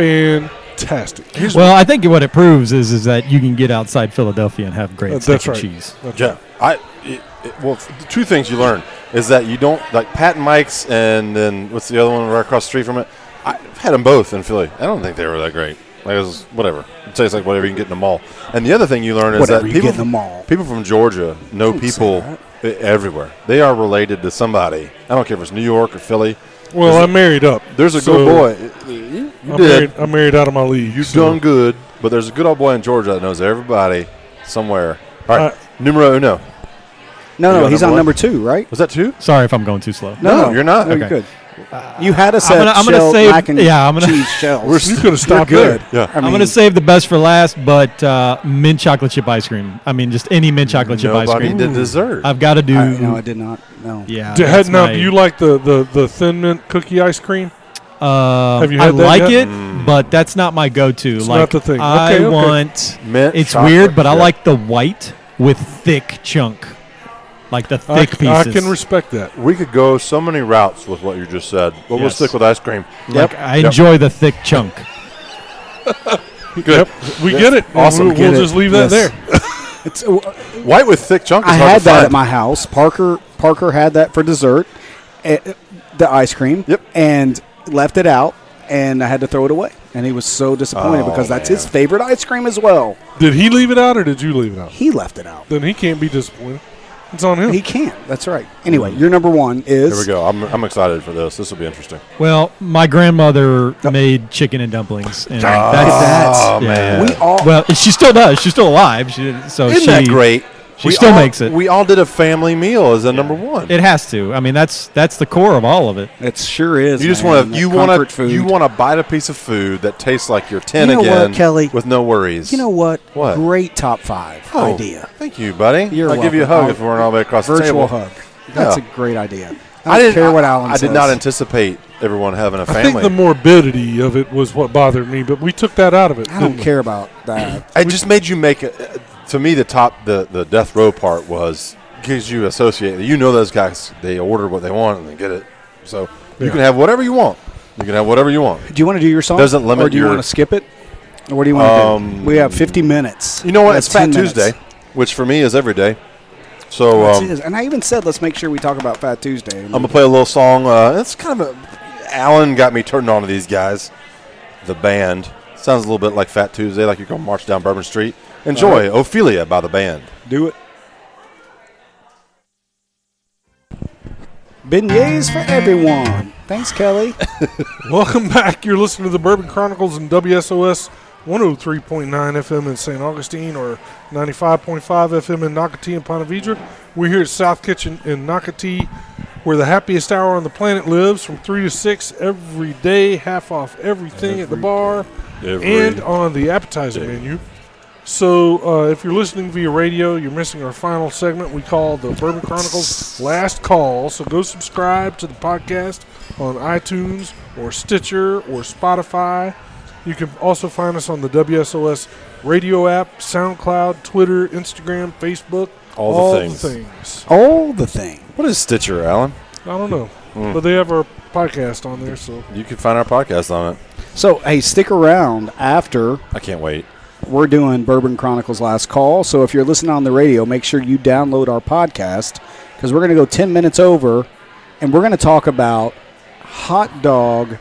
Speaker 4: Fantastic. Uh, Here's
Speaker 5: well, I think what it proves is is that you can get outside Philadelphia and have great
Speaker 4: Uh,
Speaker 5: steak
Speaker 4: that's
Speaker 5: and
Speaker 4: right.
Speaker 5: cheese.
Speaker 2: Yeah, I it, it, well, the two things you learn is that you don't like Pat and Mike's, and then what's the other one right across the street from it? I've had them both in Philly. I don't think they were that great. Like it was whatever. It tastes like whatever you can get in the mall. And the other thing you learn is
Speaker 1: Whatever
Speaker 2: that
Speaker 1: you
Speaker 2: people
Speaker 1: get in the mall.
Speaker 2: people from Georgia know
Speaker 1: Don't say
Speaker 2: people e- everywhere. They are related to somebody. I don't care if it's New York or Philly.
Speaker 4: well, I'm married up.
Speaker 2: There's a
Speaker 4: so
Speaker 2: good boy. You
Speaker 4: I'm
Speaker 2: did.
Speaker 4: married, I'm married out of my league.
Speaker 2: You've
Speaker 4: so-
Speaker 2: done good, but there's a good old boy in Georgia that knows everybody somewhere. All right,
Speaker 4: Uh,
Speaker 2: numero uno.
Speaker 1: No,
Speaker 2: You
Speaker 1: no,
Speaker 2: got
Speaker 1: he's
Speaker 2: number
Speaker 1: on
Speaker 2: one?
Speaker 1: number two, right?
Speaker 2: Was that two?
Speaker 5: Sorry if I'm going too slow.
Speaker 2: No, you're not.
Speaker 1: No, you're
Speaker 5: Okay.
Speaker 1: good. you had us
Speaker 5: Uh, I'm
Speaker 1: at
Speaker 5: gonna- I'm gonna
Speaker 1: shell
Speaker 5: save-
Speaker 1: mac and
Speaker 5: yeah, I'm gonna-
Speaker 1: cheese shells.
Speaker 2: We're
Speaker 4: You could have stopped
Speaker 1: good.
Speaker 4: there.
Speaker 2: Yeah.
Speaker 1: I
Speaker 5: I'm
Speaker 1: mean,
Speaker 5: gonna save the best for last, but uh, mint chocolate chip ice cream. I mean, just any mint chocolate chip ice
Speaker 2: Nobody
Speaker 5: cream.
Speaker 2: did dessert.
Speaker 5: I've got to do.
Speaker 1: I, no, I did not. No.
Speaker 5: yeah,
Speaker 4: D-
Speaker 5: that's
Speaker 4: had now,
Speaker 5: my-
Speaker 4: do you like the, the, the thin mint cookie ice cream?
Speaker 5: Um,
Speaker 4: Have you
Speaker 5: I
Speaker 4: had that
Speaker 5: like
Speaker 4: yet?
Speaker 5: it, but that's not my go-to.
Speaker 4: It's
Speaker 5: like,
Speaker 4: not the thing.
Speaker 5: I
Speaker 4: Okay, okay.
Speaker 5: want.
Speaker 2: Mint
Speaker 5: It's
Speaker 2: chocolate
Speaker 5: weird, but I
Speaker 2: chip.
Speaker 5: like the white with thick chunk, like the
Speaker 4: I,
Speaker 5: thick
Speaker 4: c- I
Speaker 5: pieces.
Speaker 4: can respect that.
Speaker 2: We could go so many routes with what you just said, but we'll
Speaker 5: Yes.
Speaker 2: stick with ice cream.
Speaker 5: like I enjoy the thick chunk.
Speaker 2: Good.
Speaker 4: Yep, we get it.
Speaker 2: Awesome.
Speaker 4: We'll,
Speaker 1: Get
Speaker 4: we'll
Speaker 1: it.
Speaker 4: just leave
Speaker 1: Yes.
Speaker 4: that
Speaker 1: It's, uh,
Speaker 2: White with thick chunks. Is
Speaker 1: I
Speaker 2: hard
Speaker 1: had
Speaker 2: to
Speaker 1: that
Speaker 2: find.
Speaker 1: at my house. Parker Parker had that for dessert, eh, the ice cream,
Speaker 2: Yep.
Speaker 1: and left it out, and I had to throw it away. And he was so disappointed
Speaker 2: Oh,
Speaker 1: because that's
Speaker 2: man.
Speaker 1: his favorite ice cream as well.
Speaker 4: there. Did he leave it out or did you leave it out?
Speaker 1: He left it out.
Speaker 4: Then he can't be disappointed. It's on him.
Speaker 1: He can't. That's right. Anyway, your number one is
Speaker 2: Here we go. I'm, I'm excited for this. This will be interesting.
Speaker 5: Well, my grandmother made chicken and dumplings, and that's
Speaker 2: Oh
Speaker 5: yeah.
Speaker 2: man,
Speaker 1: We all
Speaker 5: well. She still does. She's still alive. She, so
Speaker 2: isn't
Speaker 5: Oh, she,
Speaker 2: that great?
Speaker 5: she still
Speaker 2: all-
Speaker 5: makes it.
Speaker 2: We all did a family meal as a number one.
Speaker 5: It has to. I mean, that's that's the core of all of it.
Speaker 1: it sure is.
Speaker 2: you just
Speaker 1: man,
Speaker 2: want
Speaker 1: that
Speaker 2: to you want
Speaker 1: comfort
Speaker 2: to
Speaker 1: food.
Speaker 2: you want to bite a piece of food that tastes like you're ten
Speaker 1: You know what,
Speaker 2: again,
Speaker 1: Kelly?
Speaker 2: with no worries.
Speaker 1: You know what?
Speaker 2: What?
Speaker 1: Great top five
Speaker 2: Oh,
Speaker 1: idea.
Speaker 2: Thank you, buddy.
Speaker 1: You're
Speaker 2: I'll give you a
Speaker 1: welcome.
Speaker 2: hug if we're not all the way across the
Speaker 1: Virtual
Speaker 2: table.
Speaker 1: hug. That's
Speaker 2: Yeah.
Speaker 1: a great idea. I
Speaker 2: I
Speaker 1: don't
Speaker 2: didn't
Speaker 1: care what
Speaker 2: I-
Speaker 1: Alan
Speaker 2: I
Speaker 1: says.
Speaker 2: did not anticipate everyone having a
Speaker 4: I
Speaker 2: family.
Speaker 4: think the morbidity of it was what bothered me, but we took that out of it.
Speaker 1: I don't
Speaker 4: didn't we?
Speaker 1: care about that.
Speaker 2: It just made you make a, uh, to me the top the the death row part was because you associate you know those guys they order what they want and they get it so you
Speaker 4: Yeah.
Speaker 2: can have whatever you want you can have whatever you want
Speaker 1: Do you want to do your song?
Speaker 2: Doesn't limit
Speaker 1: or do you
Speaker 2: your-
Speaker 1: want to skip it? Or what do you want to do?
Speaker 2: Um,
Speaker 1: We have 50 minutes.
Speaker 2: you know what
Speaker 1: We have
Speaker 2: it's Fat
Speaker 1: 10 minutes.
Speaker 2: Tuesday which for me is every day so
Speaker 1: That's
Speaker 2: um,
Speaker 1: it. And I even said, let's make sure we talk about Fat Tuesday.
Speaker 2: I'm gonna play a little song uh, it's kind of a, Alan got me turned on to these guys the band sounds a little bit like Fat Tuesday like you're gonna march down Bourbon Street enjoy Ophelia by the band
Speaker 1: do it. Beignets for everyone. Thanks, Kelly.
Speaker 4: Welcome back. You're listening to the Bourbon Chronicles and WSOS 103.9 FM in St. Augustine or 95.5 FM in Nocatee and Ponte Vedra. We're here at South Kitchen in Nocatee, where the happiest hour on the planet lives from 3 to 6 every day, half off everything at the bar and on the appetizer menu. So, uh, if you're listening via radio, you're missing our final segment we call the Bourbon Chronicles Last Call. So, go subscribe to the podcast on iTunes or Stitcher or Spotify. You can also find us on the WSOS radio app, SoundCloud, Twitter, Instagram, Facebook.
Speaker 2: All the things.
Speaker 4: things.
Speaker 1: All the thing.
Speaker 2: what is Stitcher Alan
Speaker 4: I don't know.
Speaker 2: Hmm.
Speaker 4: But they have our podcast on there, so
Speaker 2: you can find our podcast on it
Speaker 1: So, hey, stick around after
Speaker 2: I can't wait
Speaker 1: we're doing Bourbon Chronicles Last Call. So if you're listening on the radio, make sure you download our podcast because we're going to go 10 minutes over and we're going to talk about hot dog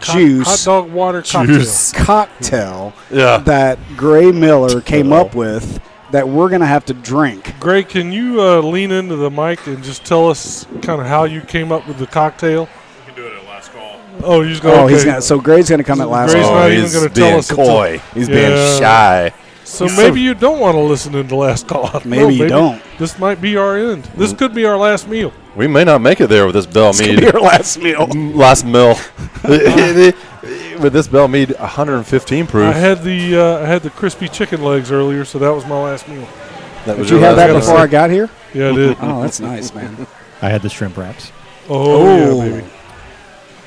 Speaker 4: Co-
Speaker 1: juice
Speaker 4: hot dog water cocktail.
Speaker 1: cocktail
Speaker 2: Yeah.
Speaker 1: that Gray Miller came up with that we're going to have to drink.
Speaker 4: Greg, can you uh, lean into the mic and just tell us kind of how you came up with the cocktail?
Speaker 6: You can do it at last call.
Speaker 4: Oh, he's going.
Speaker 1: Oh,
Speaker 4: okay.
Speaker 1: he's gonna, so Gray's going to come at last.
Speaker 4: Gray's
Speaker 1: minute.
Speaker 4: not even gonna tell
Speaker 2: Oh, being
Speaker 4: us until-
Speaker 2: coy. He's being
Speaker 4: Yeah.
Speaker 2: shy.
Speaker 4: So maybe you don't want to listen in the last call. No,
Speaker 1: Maybe you don't. Mm.
Speaker 4: This might be our end. This could be our last meal.
Speaker 2: We may not make it there with this Bell Mead.
Speaker 1: your last meal.
Speaker 2: last mill. with this Bell Mead 115
Speaker 4: I
Speaker 2: proof.
Speaker 4: had the uh, I had the crispy chicken legs earlier, so that was my last meal.
Speaker 2: that
Speaker 1: Did
Speaker 2: was
Speaker 1: you
Speaker 2: your
Speaker 1: have
Speaker 2: last
Speaker 1: that
Speaker 2: meal.
Speaker 1: before I got here?
Speaker 4: Yeah, I did.
Speaker 1: Oh, that's nice, man.
Speaker 5: I had the shrimp wraps.
Speaker 4: Oh, yeah, baby.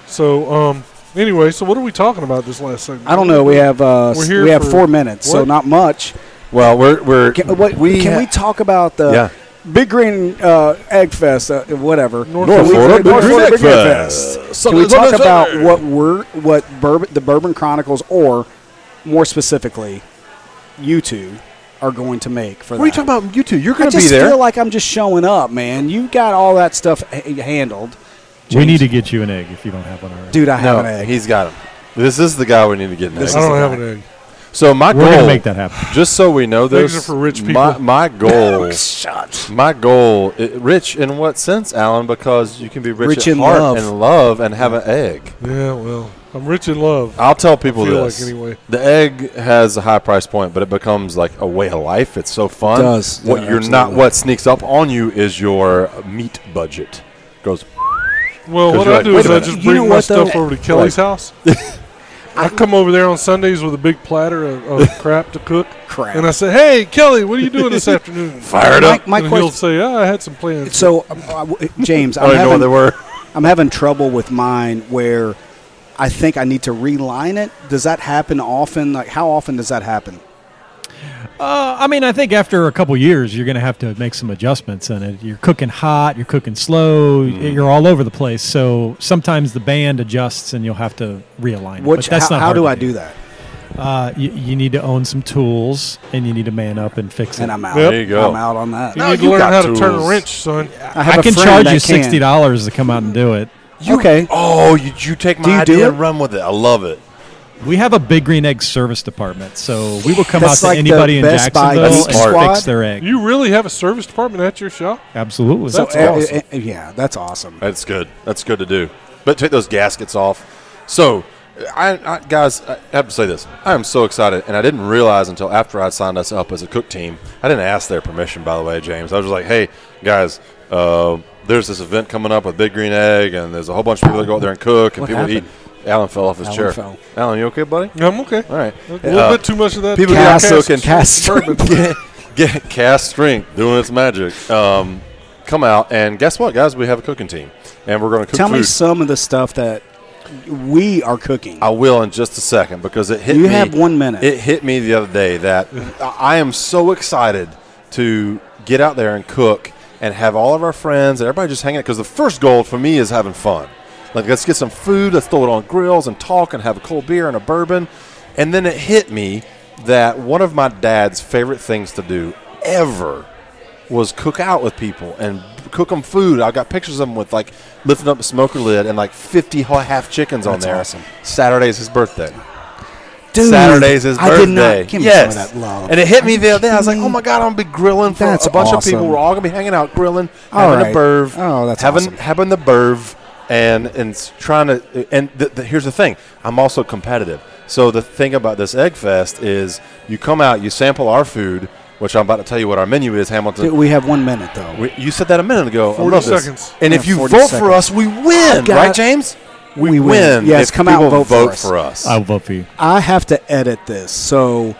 Speaker 4: So, um, anyway, so what are we talking about this last segment?
Speaker 1: I don't know. We have uh,
Speaker 4: We're here
Speaker 1: we have
Speaker 4: for-
Speaker 1: four minutes, so
Speaker 4: what?
Speaker 1: not much.
Speaker 2: Well, we're we're
Speaker 1: Can, what, we, can
Speaker 2: ha-
Speaker 1: we talk about the
Speaker 2: Yeah.
Speaker 1: Big Green uh, Egg Fest, uh, whatever?
Speaker 4: North
Speaker 1: Can we-
Speaker 2: Florida Big Green Egg Fest.
Speaker 1: Can we
Speaker 2: Something
Speaker 1: talk
Speaker 2: that's
Speaker 1: about
Speaker 2: there.
Speaker 1: what we're what Bourbon, the Bourbon Chronicles, or more specifically, you two are going to make for
Speaker 2: What are you
Speaker 1: that?
Speaker 2: talking about? You two, you're
Speaker 1: I
Speaker 2: going to be
Speaker 1: just
Speaker 2: there.
Speaker 1: feel like I'm just showing up, man. You got all that stuff h- handled,
Speaker 5: We need to get you an egg if you don't have one already.
Speaker 1: dude. I
Speaker 2: no,
Speaker 1: have an egg.
Speaker 2: he's got him. This is the guy we need to get
Speaker 4: I
Speaker 2: next.
Speaker 4: don't have an egg.
Speaker 2: So my
Speaker 5: We're
Speaker 2: goal,
Speaker 5: gonna make that happen.
Speaker 2: just so we know
Speaker 4: Eggs
Speaker 2: this,
Speaker 4: are for rich
Speaker 2: My,
Speaker 4: people.
Speaker 2: my goal,
Speaker 1: Shut.
Speaker 2: my goal, i- rich in what sense, Alan? Because you can be rich,
Speaker 1: Rich
Speaker 2: at
Speaker 1: in
Speaker 2: heart
Speaker 1: love.
Speaker 2: and love and have an egg.
Speaker 4: Yeah, well, I'm rich in love.
Speaker 2: I'll tell people
Speaker 4: feel
Speaker 2: this.
Speaker 4: like anyway.
Speaker 2: The egg has a high price point, but it becomes like a way of life. It's so fun.
Speaker 1: It does.
Speaker 2: What
Speaker 1: Yeah,
Speaker 2: you're not
Speaker 1: absolutely.
Speaker 2: what sneaks up on you is your meat budget. Goes.
Speaker 4: Well,
Speaker 2: 'Cause
Speaker 4: what
Speaker 2: you're
Speaker 4: I
Speaker 2: like,
Speaker 4: do
Speaker 2: wait
Speaker 4: is
Speaker 2: a
Speaker 4: I
Speaker 2: minute.
Speaker 4: just
Speaker 1: You know
Speaker 4: bring my
Speaker 1: what, though?
Speaker 4: stuff over to Kelly's house. I come over there on Sundays with a big platter of, of crap to cook,
Speaker 1: Crap.
Speaker 4: and I say, "Hey, Kelly, what are you doing this afternoon?"
Speaker 2: Fired
Speaker 1: My-
Speaker 2: up.
Speaker 1: my
Speaker 4: and he'll
Speaker 1: question.
Speaker 4: say, "Oh, I had some plans."
Speaker 1: So, um, I w- James,
Speaker 2: I don't
Speaker 1: I'm
Speaker 2: even know what they
Speaker 1: having,
Speaker 2: were.
Speaker 1: I'm having trouble with mine where I think I need to reline it. Does that happen often? Like, how often does that happen?
Speaker 5: Uh, I mean, I think after a couple years, you're going to have to make some adjustments in it. You're cooking hot, you're cooking slow,
Speaker 1: Mm.
Speaker 5: you're all over the place. So sometimes the band adjusts, and you'll have to realign. it,
Speaker 1: Which,
Speaker 5: but that's
Speaker 1: how,
Speaker 5: not
Speaker 1: how
Speaker 5: hard
Speaker 1: do
Speaker 5: to
Speaker 1: I do that?
Speaker 5: Uh, you, you need to own some tools, and you need to man up and fix it.
Speaker 1: And I'm out.
Speaker 4: Yep.
Speaker 2: There you go.
Speaker 1: I'm out on that.
Speaker 4: you
Speaker 2: No,
Speaker 4: need to
Speaker 2: you
Speaker 4: learn
Speaker 2: got
Speaker 4: how to turn a
Speaker 2: tools.
Speaker 4: wrench, son.
Speaker 1: have
Speaker 5: I
Speaker 1: a
Speaker 5: can
Speaker 1: friend
Speaker 5: charge
Speaker 1: that can.
Speaker 5: you sixty dollars to come out and do it.
Speaker 1: okay.
Speaker 2: Oh, you, you take my
Speaker 1: Do you do
Speaker 2: idea
Speaker 1: it?
Speaker 2: and run with it. I love it.
Speaker 5: We have a Big Green Egg service department, so we will come
Speaker 1: That's
Speaker 5: out to
Speaker 1: like the
Speaker 5: anybody in
Speaker 1: Best Buy
Speaker 5: Jacksonville and
Speaker 2: Geek Squad.
Speaker 5: fix their egg.
Speaker 4: You really have a service department at your shop?
Speaker 5: Absolutely.
Speaker 4: That's
Speaker 1: Eh, eh,
Speaker 4: awesome.
Speaker 1: eh, yeah, that's awesome.
Speaker 2: That's good. That's good to do. But take those gaskets off. So, I, I guys, I have to say this. I am so excited, and I didn't realize until after I signed us up as a cook team. I didn't ask their permission, by the way, James. I was just like, "Hey, guys, uh, there's this event coming up with Big Green Egg, and there's a whole bunch of people that go out there and cook, and
Speaker 1: What
Speaker 2: people
Speaker 1: happened?
Speaker 2: eat." Alan fell off his
Speaker 1: Alan
Speaker 2: chair.
Speaker 1: fell.
Speaker 2: Alan, you okay, buddy?
Speaker 4: I'm okay.
Speaker 2: All right.
Speaker 4: A little
Speaker 2: Uh,
Speaker 4: bit too much of that.
Speaker 2: people
Speaker 4: Yeah,
Speaker 2: got
Speaker 1: Cast
Speaker 2: cooking.
Speaker 1: and cast strength.
Speaker 2: get, get cast strength doing its magic. Um, come out and guess what, guys? We have a cooking team, and we're going to cook
Speaker 1: Tell
Speaker 2: food.
Speaker 1: me some of the stuff that we are cooking.
Speaker 2: I will in just a second because it hit
Speaker 1: You
Speaker 2: me.
Speaker 1: have one minute.
Speaker 2: It hit me the other day that I I am so excited to get out there and cook and have all of our friends and everybody just hanging out because the first goal for me is having fun. Like, let's get some food, let's throw it on grills and talk and have a cold beer and a bourbon. And then it hit me that one of my dad's favorite things to do ever was cook out with people and cook them food. I got pictures of them with like lifting up a smoker lid and like 50 whole half chickens on
Speaker 1: That's
Speaker 2: there.
Speaker 1: awesome.
Speaker 2: Saturday's his birthday.
Speaker 1: Dude,
Speaker 2: Saturday's his
Speaker 1: I
Speaker 2: birthday.
Speaker 1: did not give me
Speaker 2: yes.
Speaker 1: some of that love.
Speaker 2: And it hit me
Speaker 1: Are
Speaker 2: the
Speaker 1: you
Speaker 2: other day. I was like,
Speaker 1: kidding
Speaker 2: oh my God, I'm going to be grilling for
Speaker 1: That's
Speaker 2: a bunch of people.
Speaker 1: awesome.
Speaker 2: We're all going to be hanging out, grilling,
Speaker 1: All
Speaker 2: having
Speaker 1: right.
Speaker 2: a burv.
Speaker 1: Oh, that's
Speaker 2: having,
Speaker 1: awesome.
Speaker 2: Having the burv and, and s- trying to. And th- th- here's the thing I'm also competitive. So the thing about this Egg Fest is you come out, you sample our food, which I'm about to tell you what our menu is, Hamilton.
Speaker 1: Dude, we have one minute though.
Speaker 2: We, you said that a minute ago. I
Speaker 4: 40
Speaker 2: love this.
Speaker 4: seconds.
Speaker 2: And
Speaker 1: Yeah,
Speaker 2: if you
Speaker 1: 40
Speaker 2: vote for
Speaker 1: seconds.
Speaker 2: us, we win,
Speaker 1: got-
Speaker 2: right, James? We,
Speaker 1: We win.
Speaker 2: win.
Speaker 1: Yes,
Speaker 2: if
Speaker 1: come out and
Speaker 2: people
Speaker 1: vote for us.
Speaker 2: for us.
Speaker 5: I'll vote for you.
Speaker 1: I have to edit this, so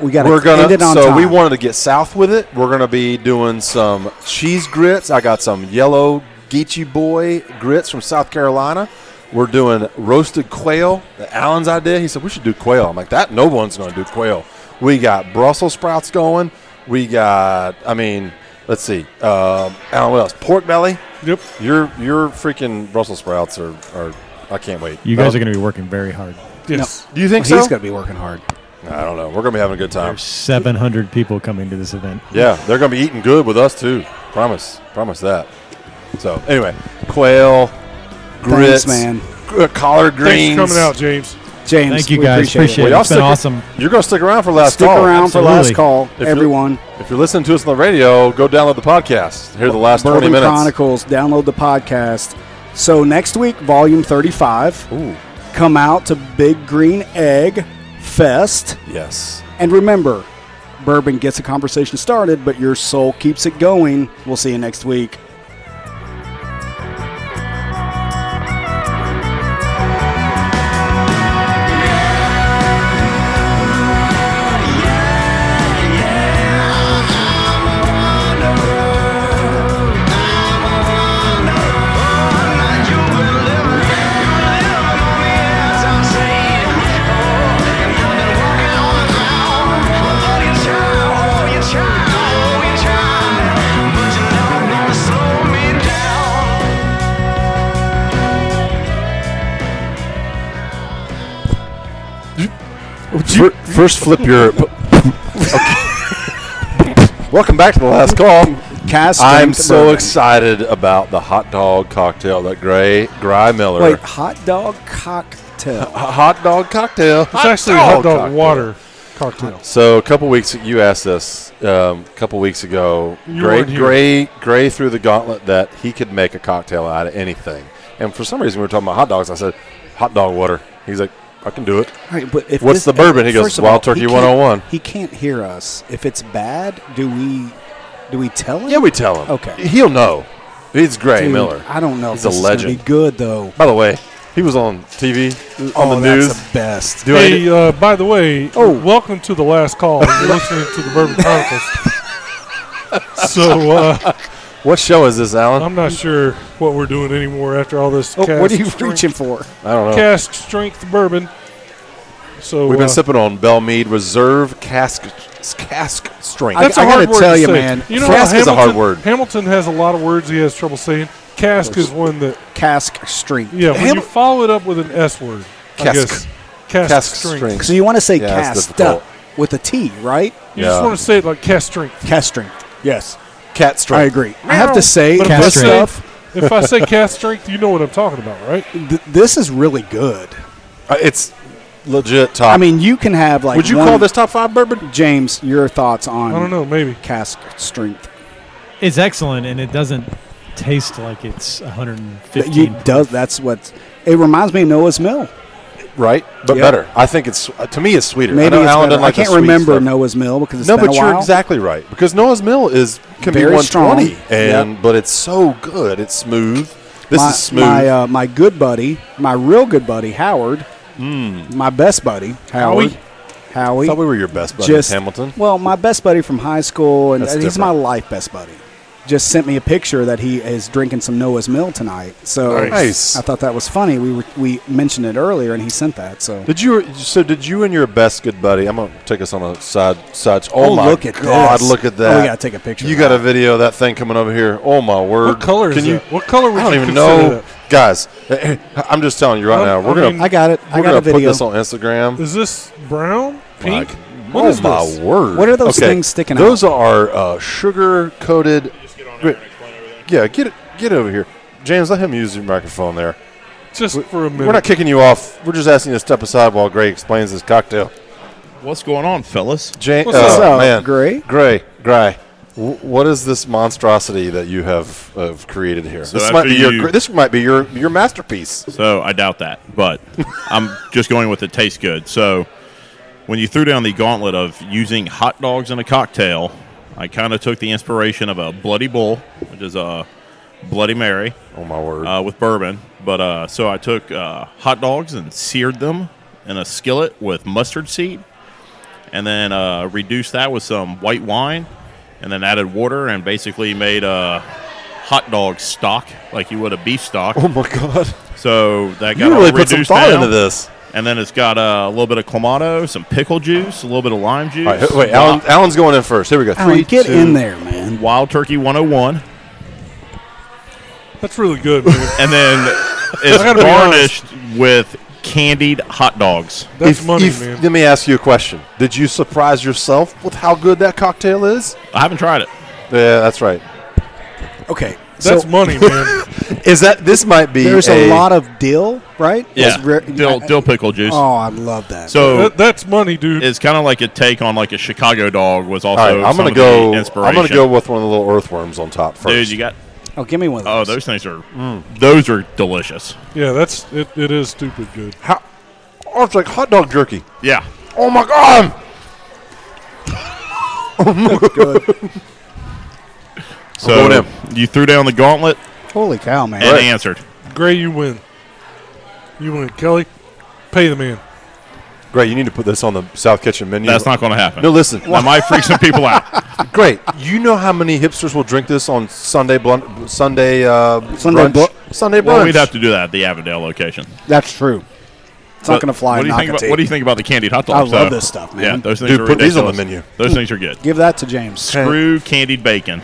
Speaker 1: we got to
Speaker 2: We're
Speaker 1: end
Speaker 2: gonna.
Speaker 1: it on
Speaker 2: So
Speaker 1: time.
Speaker 2: we wanted to get south with it. We're gonna be doing some cheese grits. I got some yellow Geechee Boy grits from South Carolina. We're doing roasted quail. That Alan's idea. He said we should do quail. I'm like that. No one's gonna do quail. We got Brussels sprouts going. We got. I mean, let's see. Um, Alan, what else? Pork belly.
Speaker 4: Yep.
Speaker 2: Your your freaking Brussels sprouts are, are I can't wait.
Speaker 5: You guys are going to be working very hard.
Speaker 4: Yes.
Speaker 2: Do you think
Speaker 1: He's
Speaker 2: so?
Speaker 1: going to be working hard.
Speaker 2: I don't know. We're gonna be having a good
Speaker 1: um,
Speaker 2: time.
Speaker 5: There's 700 people coming to this event.
Speaker 2: Yeah, they're gonna be eating good with us too. Promise, promise that. So anyway, quail, grits,
Speaker 1: Thanks, man.
Speaker 2: gr- collard
Speaker 4: Thanks
Speaker 2: greens.
Speaker 4: for coming out, James.
Speaker 1: James,
Speaker 5: Thank you
Speaker 1: we
Speaker 5: guys.
Speaker 1: Appreciate,
Speaker 5: Appreciate
Speaker 1: it.
Speaker 2: Well,
Speaker 5: it.
Speaker 2: y'all
Speaker 5: It's been
Speaker 2: stick-
Speaker 5: awesome.
Speaker 2: You're gonna stick around for last
Speaker 1: Stick
Speaker 2: call.
Speaker 1: around for last
Speaker 5: absolutely.
Speaker 1: call,
Speaker 2: you're-
Speaker 1: everyone.
Speaker 2: If you're listening to us on the radio, go download the podcast. Hear the last
Speaker 1: Bourbon
Speaker 2: twenty minutes.
Speaker 1: Chronicles. Download the podcast. So next week, volume 35.
Speaker 2: Ooh.
Speaker 1: Come out to Big Green Egg Fest.
Speaker 2: Yes.
Speaker 1: And remember, bourbon gets a conversation started, but your soul keeps it going. We'll see you next week.
Speaker 3: Slow me down.
Speaker 2: Fir- First, flip your. Okay. Welcome back to the last call.
Speaker 1: Cast.
Speaker 2: I'm
Speaker 1: strength
Speaker 2: so
Speaker 1: bourbon.
Speaker 2: excited about the hot dog cocktail that Gray Gry Miller.
Speaker 1: Wait, hot dog cocktail.
Speaker 2: H- hot dog cocktail.
Speaker 4: It's actually hot dog water cocktail.
Speaker 2: So a couple weeks you asked us um, a couple weeks ago.
Speaker 4: You
Speaker 2: Gray
Speaker 4: weren't here.
Speaker 2: Gray Gray threw the gauntlet that he could make a cocktail out of anything. And for some reason we were talking about hot dogs. I said hot dog water. He's like, I can do it.
Speaker 1: Right, but if
Speaker 2: What's the bourbon? He goes,
Speaker 1: first of
Speaker 2: Wild
Speaker 1: all, he
Speaker 2: Turkey
Speaker 1: can't-
Speaker 2: 101.
Speaker 1: He can't hear us. If it's bad, do we do we tell him?
Speaker 2: Yeah, we tell him.
Speaker 1: Okay.
Speaker 2: he'll know. He's Gray
Speaker 1: Dude,
Speaker 2: Miller.
Speaker 1: I don't know.
Speaker 2: He's
Speaker 1: if
Speaker 2: a
Speaker 1: this is gonna
Speaker 2: legend.
Speaker 1: Be good though.
Speaker 2: By the way, he was on TV on
Speaker 1: oh,
Speaker 2: the news.
Speaker 1: That's the best.
Speaker 2: Do
Speaker 4: hey, uh, by the way,
Speaker 1: Oh.
Speaker 4: welcome to the last call. You're listening to the Bourbon Chronicles. so uh,
Speaker 2: what show is this, Alan?
Speaker 4: I'm not sure what we're doing anymore after all this.
Speaker 1: Oh,
Speaker 4: cast
Speaker 1: what are you
Speaker 4: strength,
Speaker 1: reaching for?
Speaker 2: I don't know.
Speaker 4: Cask strength bourbon. So
Speaker 2: We've
Speaker 4: uh,
Speaker 2: been sipping on Bell Mead Reserve Cask Cask Strength.
Speaker 4: That's
Speaker 1: I-
Speaker 4: a
Speaker 1: I
Speaker 4: hard
Speaker 1: gotta
Speaker 4: word
Speaker 1: tell
Speaker 4: to
Speaker 1: you,
Speaker 4: say.
Speaker 1: man,
Speaker 4: You know
Speaker 2: cask
Speaker 4: how
Speaker 2: is a
Speaker 4: Hamilton,
Speaker 2: hard word.
Speaker 4: Hamilton has a lot of words he has trouble saying. Cask is one that
Speaker 1: Cask strength.
Speaker 4: yeah. When
Speaker 2: Ham-
Speaker 4: you follow it up with an S word, I
Speaker 2: Cask.
Speaker 4: guess. Cask,
Speaker 2: Cask
Speaker 4: strength.
Speaker 2: strength.
Speaker 1: So you want to say
Speaker 2: Yeah, it's
Speaker 1: cast
Speaker 2: difficult.
Speaker 1: uh, with a T, right?
Speaker 4: You just
Speaker 2: Yeah.
Speaker 4: want to say it like cask strength.
Speaker 1: Cast strength. Yes,
Speaker 2: Cat Strength.
Speaker 1: I agree. I have to say,
Speaker 4: But if
Speaker 5: Cask
Speaker 4: I
Speaker 1: this
Speaker 4: say-
Speaker 5: strength.
Speaker 1: stuff.
Speaker 4: If I say cask strength, you know what I'm talking about, right?
Speaker 1: Th- this is really good.
Speaker 2: Uh, It's legit top.
Speaker 1: I mean, you can have like.
Speaker 2: would you
Speaker 1: one-
Speaker 2: call this top five bourbon?
Speaker 1: James? Your thoughts on?
Speaker 4: I don't know. Maybe.
Speaker 1: Cask strength.
Speaker 5: It's excellent, and it doesn't taste like it's 115.
Speaker 1: That you does. That's what. It reminds me of Noah's Mill.
Speaker 2: Right, but
Speaker 1: Yeah.
Speaker 2: better. I think it's uh, to me it's sweeter. I
Speaker 1: Maybe
Speaker 2: know
Speaker 1: it's
Speaker 2: Alan
Speaker 1: better.
Speaker 2: doesn't like
Speaker 1: I can't
Speaker 2: the sweet
Speaker 1: remember
Speaker 2: stuff.
Speaker 1: Noah's Mill because it's
Speaker 2: No,
Speaker 1: been
Speaker 2: but
Speaker 1: a
Speaker 2: you're
Speaker 1: while.
Speaker 2: exactly right because Noah's Mill is can be
Speaker 1: Very
Speaker 2: 120,
Speaker 1: strong.
Speaker 2: and
Speaker 1: Yep.
Speaker 2: but it's so good. It's smooth. This
Speaker 1: my,
Speaker 2: is smooth.
Speaker 1: My, uh, my good buddy, my real good buddy, Howard. My best buddy, Howard.
Speaker 2: I
Speaker 1: Howie.
Speaker 2: Hmm. thought we were your best buddies,
Speaker 1: just
Speaker 2: Hamilton.
Speaker 1: Well, my best buddy from high school, and
Speaker 2: That's
Speaker 1: he's
Speaker 2: different.
Speaker 1: my life best buddy. Just sent me a picture that he is drinking some Noah's Mill tonight. So
Speaker 2: Nice.
Speaker 1: I thought that was funny. We were, we mentioned it earlier, and he sent that. So
Speaker 2: Did you so? Did you and your best good buddy? I'm gonna take us on a side side. Oh,
Speaker 1: Oh,
Speaker 2: my
Speaker 1: look at
Speaker 2: god!
Speaker 1: this.
Speaker 2: Look at
Speaker 1: Oh,
Speaker 2: that.
Speaker 1: we gotta take a picture
Speaker 2: You
Speaker 1: of
Speaker 2: got
Speaker 1: that.
Speaker 2: a video of that thing coming over here. Oh my word!
Speaker 4: What color is
Speaker 2: Can you?
Speaker 4: that? What color would
Speaker 2: I don't
Speaker 4: you
Speaker 2: even
Speaker 4: consider
Speaker 2: know,
Speaker 4: that?
Speaker 2: guys. eh, I'm just telling you right
Speaker 4: I-
Speaker 2: now. We're
Speaker 4: I
Speaker 2: gonna
Speaker 4: mean,
Speaker 1: Oh, I got it. I
Speaker 2: we're
Speaker 1: got a
Speaker 2: gonna put
Speaker 1: video.
Speaker 2: this on Instagram.
Speaker 4: Is this brown? Pink?
Speaker 2: Like,
Speaker 4: What
Speaker 2: oh
Speaker 4: is
Speaker 2: my
Speaker 4: this?
Speaker 2: word!
Speaker 1: What are those things sticking out?
Speaker 2: Those are uh, sugar coated. Yeah, get it. Get over here, James. Let him use your microphone there.
Speaker 4: Just for a minute.
Speaker 2: We're not kicking you off. We're just asking you to step aside while Gray explains his cocktail.
Speaker 7: What's going on, fellas?
Speaker 2: Jane,
Speaker 4: What's
Speaker 2: oh,
Speaker 1: up,
Speaker 2: man.
Speaker 1: Gray?
Speaker 2: Gray, Gray. W- what is this monstrosity that you have uh, created here? this
Speaker 7: after
Speaker 2: might be
Speaker 7: you-
Speaker 2: your. This might be your your masterpiece.
Speaker 7: So I doubt that, but I'm just going with it tastes good. So when you threw down the gauntlet of using hot dogs in a cocktail, I kind of took the inspiration of a Bloody Bull, which is a Bloody Mary
Speaker 2: Oh my word!
Speaker 7: uh, with bourbon. But uh, so I took uh, hot dogs and seared them in a skillet with mustard seed, and then uh, reduced that with some white wine, and then added water and basically made a hot dog stock like you would a beef stock.
Speaker 2: oh my god!
Speaker 7: So that got
Speaker 2: You really
Speaker 7: all
Speaker 2: put some
Speaker 7: reduced
Speaker 2: thought
Speaker 7: down.
Speaker 2: into this.
Speaker 7: And then it's got uh, a little bit of clamato, some pickle juice, a little bit of lime juice.
Speaker 2: All right, h- wait, Alan,
Speaker 7: wild,
Speaker 2: Alan's going in first. Here we go.
Speaker 1: Alan,
Speaker 2: Three,
Speaker 1: get
Speaker 2: two-
Speaker 1: in there, man.
Speaker 7: Wild Turkey 101.
Speaker 4: That's really good. Man.
Speaker 7: And then
Speaker 4: I
Speaker 7: it's
Speaker 4: gotta be
Speaker 7: garnished with candied hot dogs.
Speaker 4: That's
Speaker 2: If-
Speaker 4: money,
Speaker 2: if-
Speaker 4: man.
Speaker 2: Let me ask you a question. Did you surprise yourself with how good that cocktail is?
Speaker 7: I haven't tried it.
Speaker 2: Yeah, that's right.
Speaker 1: Okay,
Speaker 4: That's
Speaker 1: so
Speaker 4: money, man.
Speaker 2: Is that this might be?
Speaker 1: there's a, lot of dill, right?
Speaker 7: E Yeah,
Speaker 1: It's re-
Speaker 7: dill, dill pickle juice.
Speaker 1: Oh, I love that.
Speaker 7: so
Speaker 4: That- that's money, dude.
Speaker 7: it's kind of like a take on like a Chicago dog was also.
Speaker 2: All right, I'm
Speaker 7: some
Speaker 2: gonna
Speaker 7: of the
Speaker 2: go. I'm
Speaker 7: Inspiration.
Speaker 2: gonna go with one of the little earthworms on top first. Mm.
Speaker 7: Dude, you got
Speaker 8: Oh, give me one. Of
Speaker 7: Oh,
Speaker 8: those.
Speaker 7: those things are those are delicious.
Speaker 4: Yeah, that's it. It is stupid good.
Speaker 2: How? Oh, it's like hot dog jerky.
Speaker 7: Yeah,
Speaker 2: Oh my god! going
Speaker 7: so
Speaker 2: in.
Speaker 7: you threw down the gauntlet
Speaker 8: Holy cow, man!
Speaker 7: and
Speaker 2: Right.
Speaker 7: answered.
Speaker 4: Gray, you win. You win, Kelly. Pay the man.
Speaker 2: Great, you need to put this on the South Kitchen menu.
Speaker 7: That's not going to happen.
Speaker 2: No, listen.
Speaker 7: I might freak some people out.
Speaker 2: Great. You know how many hipsters will drink this on Sunday blunt, Sunday uh,
Speaker 8: Sunday
Speaker 2: brunch?
Speaker 8: blu-
Speaker 2: Sunday brunch.
Speaker 7: Well, we'd have to do that at the Avondale location.
Speaker 8: That's true. It's not
Speaker 7: But
Speaker 8: going to fly.
Speaker 7: What do you
Speaker 8: knock
Speaker 7: think?
Speaker 8: a
Speaker 7: About,
Speaker 8: tee.
Speaker 7: what do you think about the candied hot
Speaker 8: I
Speaker 7: dogs?
Speaker 8: love
Speaker 7: though?
Speaker 8: this stuff, man.
Speaker 7: Yeah, those things
Speaker 2: Dude,
Speaker 7: are
Speaker 2: put these on the
Speaker 7: ridiculous.
Speaker 2: menu.
Speaker 7: Those things are good.
Speaker 8: Give that to James.
Speaker 7: Screw candied bacon.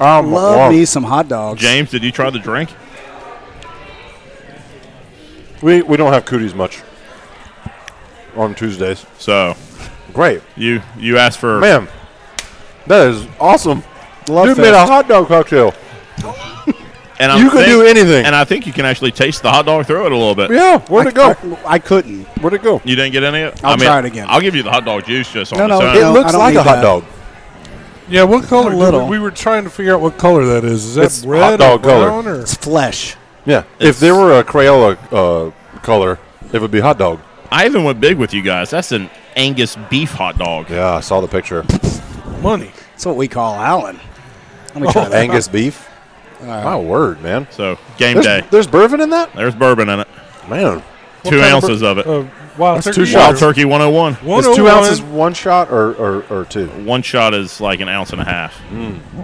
Speaker 2: Oh, my
Speaker 8: Love
Speaker 2: God.
Speaker 8: me some hot dogs.
Speaker 7: James, did you try the drink?
Speaker 2: We we don't have cooties much on Tuesdays.
Speaker 7: So
Speaker 2: Great,
Speaker 7: you you asked for
Speaker 2: man. That is awesome.
Speaker 8: Love
Speaker 2: Dude
Speaker 8: fest.
Speaker 2: made a hot dog cocktail.
Speaker 7: and I'm
Speaker 2: you can
Speaker 7: think-
Speaker 2: do anything.
Speaker 7: And I think you can actually taste the hot dog through it a little bit.
Speaker 2: Yeah, where'd
Speaker 8: I,
Speaker 2: it go?
Speaker 8: I, I couldn't.
Speaker 2: Where'd it go?
Speaker 7: You didn't get any of it?
Speaker 8: I'll try it again.
Speaker 7: I'll give you the hot dog juice just on
Speaker 8: No,
Speaker 7: its
Speaker 8: no,
Speaker 7: own.
Speaker 2: It
Speaker 8: I
Speaker 2: looks
Speaker 8: don't
Speaker 2: like a
Speaker 8: need
Speaker 2: hot
Speaker 8: that.
Speaker 2: dog.
Speaker 4: Yeah, what color? did
Speaker 8: little.
Speaker 4: We, we were trying to figure out what color that is. Is that
Speaker 2: It's
Speaker 4: red
Speaker 2: hot dog
Speaker 4: or
Speaker 2: color.
Speaker 4: brown or?
Speaker 8: It's flesh.
Speaker 2: Yeah. if there were a Crayola uh, color, it would be hot dog.
Speaker 7: I even went big with you guys. That's an Angus beef hot dog.
Speaker 2: Yeah, I saw the picture.
Speaker 4: money?
Speaker 8: That's what we call Allen. Let
Speaker 7: Oh,
Speaker 8: me try that.
Speaker 2: Angus beef.
Speaker 8: Uh,
Speaker 2: My word, man.
Speaker 7: So game
Speaker 2: There's,
Speaker 7: day.
Speaker 2: there's bourbon in that?
Speaker 7: There's bourbon in it.
Speaker 2: Man.
Speaker 4: What
Speaker 7: two
Speaker 4: kind
Speaker 7: ounces of,
Speaker 4: bur-
Speaker 7: it.
Speaker 4: Uh, wow,
Speaker 2: That's
Speaker 4: turkey
Speaker 2: two
Speaker 7: Wild
Speaker 2: shots.
Speaker 4: water.
Speaker 7: Turkey 101.
Speaker 2: Is
Speaker 4: 101.
Speaker 2: two ounces one shot or, or, or two?
Speaker 7: One shot is like an ounce and a half.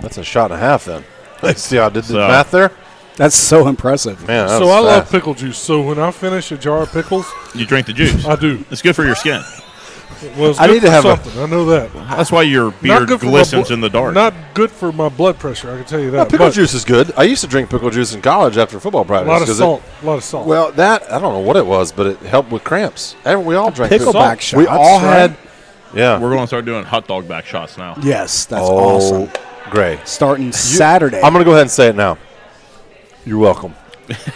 Speaker 2: That's a shot and a half then. See how I did the
Speaker 7: So-
Speaker 2: math there?
Speaker 8: That's so impressive.
Speaker 2: Man, that
Speaker 4: So uh,
Speaker 2: was
Speaker 4: I love
Speaker 2: fast.
Speaker 4: pickle juice. So when I finish a jar of pickles,
Speaker 7: You drink the juice.
Speaker 4: I do.
Speaker 7: It's good for your skin.
Speaker 4: Well, it's
Speaker 2: I
Speaker 4: good
Speaker 2: need to
Speaker 4: for
Speaker 2: have a-
Speaker 4: something. I know that.
Speaker 7: That's why your
Speaker 4: Not
Speaker 7: beard
Speaker 4: good for my
Speaker 7: glistens
Speaker 4: blo-
Speaker 7: in the dark.
Speaker 4: Not good for my blood pressure. I can tell you that.
Speaker 2: Well, pickle
Speaker 4: But
Speaker 2: juice is good. I used to drink pickle juice in college after football
Speaker 4: A
Speaker 2: practice.
Speaker 4: lot of
Speaker 2: 'cause it-
Speaker 4: salt. A lot of salt.
Speaker 2: well, that I don't know what it was, but it helped with cramps. Every- We all drank pickle
Speaker 8: Pickleback
Speaker 2: juice.
Speaker 8: shots.
Speaker 2: We all
Speaker 8: right?
Speaker 2: had. Yeah.
Speaker 7: We're going to start doing hot dog back shots now.
Speaker 4: Mm.
Speaker 8: Yes, that's
Speaker 2: oh,
Speaker 8: awesome.
Speaker 2: Great.
Speaker 8: Starting Saturday.
Speaker 2: I'm going to go ahead and say it now. You're welcome. for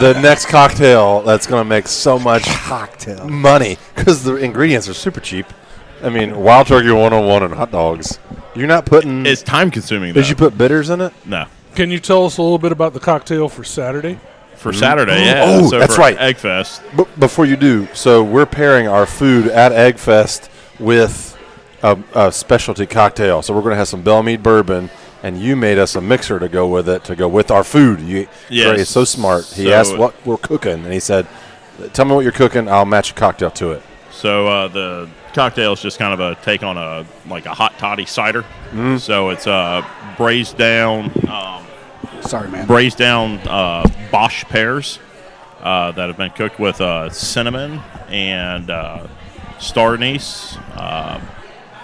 Speaker 2: the next cocktail that's going to make so much
Speaker 8: cocktail.
Speaker 2: money because the ingredients are super cheap. I mean, wild turkey 101 and hot dogs. You're not putting.
Speaker 7: It's time consuming. Though.
Speaker 2: did you put bitters in it?
Speaker 7: no.
Speaker 4: Can you tell us a little bit about the cocktail for Saturday?
Speaker 7: For
Speaker 4: Mm.
Speaker 7: Saturday, yeah.
Speaker 2: Oh,
Speaker 7: so
Speaker 2: that's
Speaker 7: for
Speaker 2: right.
Speaker 7: Eggfest.
Speaker 2: B- before you do, so we're pairing our food at Eggfest with a, a specialty cocktail. So we're going to have some Bellmead bourbon, and you made us a mixer to go with it to go with our food. You,
Speaker 7: Yes.
Speaker 2: Trey is so smart. He
Speaker 7: So-
Speaker 2: asked what we're cooking, and he said, "Tell me what you're cooking. I'll match a cocktail to it."
Speaker 7: So uh, the cocktail is just kind of a take on a like a hot toddy cider.
Speaker 4: Mm.
Speaker 7: So it's uh, braised down, um,
Speaker 8: Sorry, man.
Speaker 7: braised down uh, Bosch pears uh, that have been cooked with uh, cinnamon and uh, star anise, uh,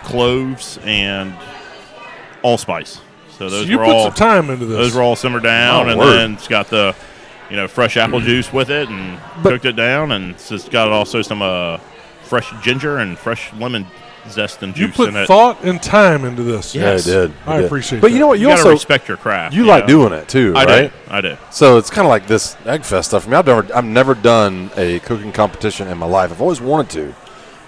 Speaker 7: cloves, and allspice. So
Speaker 4: So
Speaker 7: those
Speaker 4: you
Speaker 7: were
Speaker 4: put
Speaker 7: all
Speaker 4: some time into this.
Speaker 7: those were all simmered down,
Speaker 2: My
Speaker 7: and
Speaker 2: word.
Speaker 7: then it's got the you know fresh apple juice with it, and cooked it down, and it's just got also some uh, fresh ginger and fresh lemon zest and
Speaker 4: you
Speaker 7: juice
Speaker 4: put
Speaker 7: in it.
Speaker 4: thought and time into this.
Speaker 7: Yes.
Speaker 2: Yeah, I did.
Speaker 4: I
Speaker 2: He did.
Speaker 4: appreciate
Speaker 2: But you
Speaker 4: that.
Speaker 2: know what?
Speaker 7: you,
Speaker 2: You,
Speaker 7: gotta
Speaker 2: also
Speaker 7: respect your craft.
Speaker 2: you like
Speaker 7: know?
Speaker 2: doing it too,
Speaker 7: I
Speaker 2: right?
Speaker 7: do. I do.
Speaker 2: So it's kind of like this Eggfest stuff for me. I've never, I've never done a cooking competition in my life. I've always wanted to,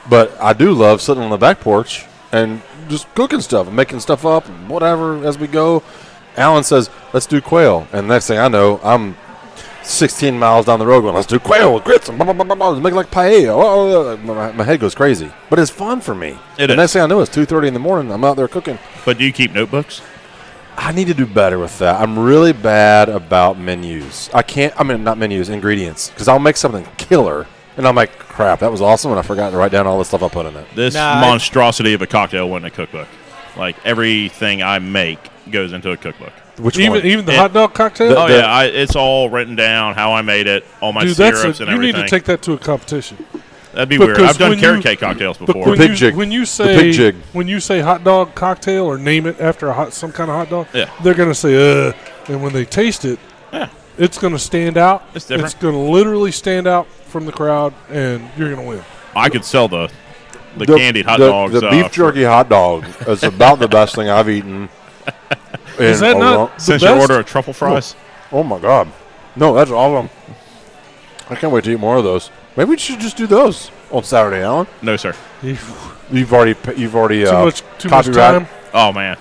Speaker 2: but I do love sitting on the back porch and just cooking stuff and making stuff up and whatever as we go. Alan says, "Let's do quail," and next thing I know, I'm 16 miles down the road going, "Let's do quail with grits and blah blah blah blah blah." Make it like paella. Oh, oh, oh. My, my head goes crazy, but it's fun for me.
Speaker 7: It
Speaker 2: the
Speaker 7: is.
Speaker 2: next thing I know, it's 2:30 in the morning. I'm out there cooking.
Speaker 7: But do you keep notebooks?
Speaker 2: I need to do better with that. I'm really bad about menus. I can't. I mean, not menus, ingredients. Because I'll make something killer, and I'm like, crap, that was awesome, and I forgot to write down all the stuff I put in it.
Speaker 7: This
Speaker 5: Nah, I-
Speaker 7: monstrosity of a cocktail went in a cookbook. Like everything I make goes into a cookbook.
Speaker 2: Which
Speaker 4: even
Speaker 2: one?
Speaker 4: even the
Speaker 7: It-
Speaker 4: hot dog cocktail.
Speaker 7: Oh
Speaker 2: the-
Speaker 7: yeah, I, it's all written down how I made it, all my
Speaker 4: Dude,
Speaker 7: syrups
Speaker 4: that's a,
Speaker 7: and
Speaker 4: you need
Speaker 7: everything.
Speaker 4: to take that to a competition.
Speaker 7: That'd be weird.
Speaker 4: because
Speaker 7: I've done
Speaker 4: when
Speaker 7: carrot
Speaker 4: you-
Speaker 7: cake cocktails
Speaker 4: But
Speaker 7: before.
Speaker 4: when
Speaker 2: pig
Speaker 4: you,
Speaker 2: jig.
Speaker 4: When you
Speaker 2: The
Speaker 4: say
Speaker 2: pig jig.
Speaker 4: when you say hot dog cocktail or name it after a hot some kind of hot dog,
Speaker 7: Yeah.
Speaker 4: they're gonna say uh, and when they taste it,
Speaker 7: Yeah.
Speaker 4: it's gonna stand out.
Speaker 7: It's different.
Speaker 4: gonna literally stand out from the crowd, and you're gonna win.
Speaker 7: I could sell the the, candied hot
Speaker 2: the,
Speaker 7: dogs.
Speaker 2: The
Speaker 7: uh,
Speaker 2: beef jerky hot dog is about the best thing I've eaten.
Speaker 4: Is
Speaker 2: in
Speaker 4: that
Speaker 2: a
Speaker 4: not-
Speaker 2: long-
Speaker 7: Since
Speaker 4: The
Speaker 7: your
Speaker 4: best?
Speaker 7: order of truffle fries,
Speaker 2: oh my god! No, that's awesome. I can't wait to eat more of those. Maybe we should just do those on Saturday, Alan.
Speaker 7: no sir.
Speaker 4: Too
Speaker 2: You've already, p- you've already uh,
Speaker 4: much too much
Speaker 2: copyright-
Speaker 4: time.
Speaker 7: Oh man,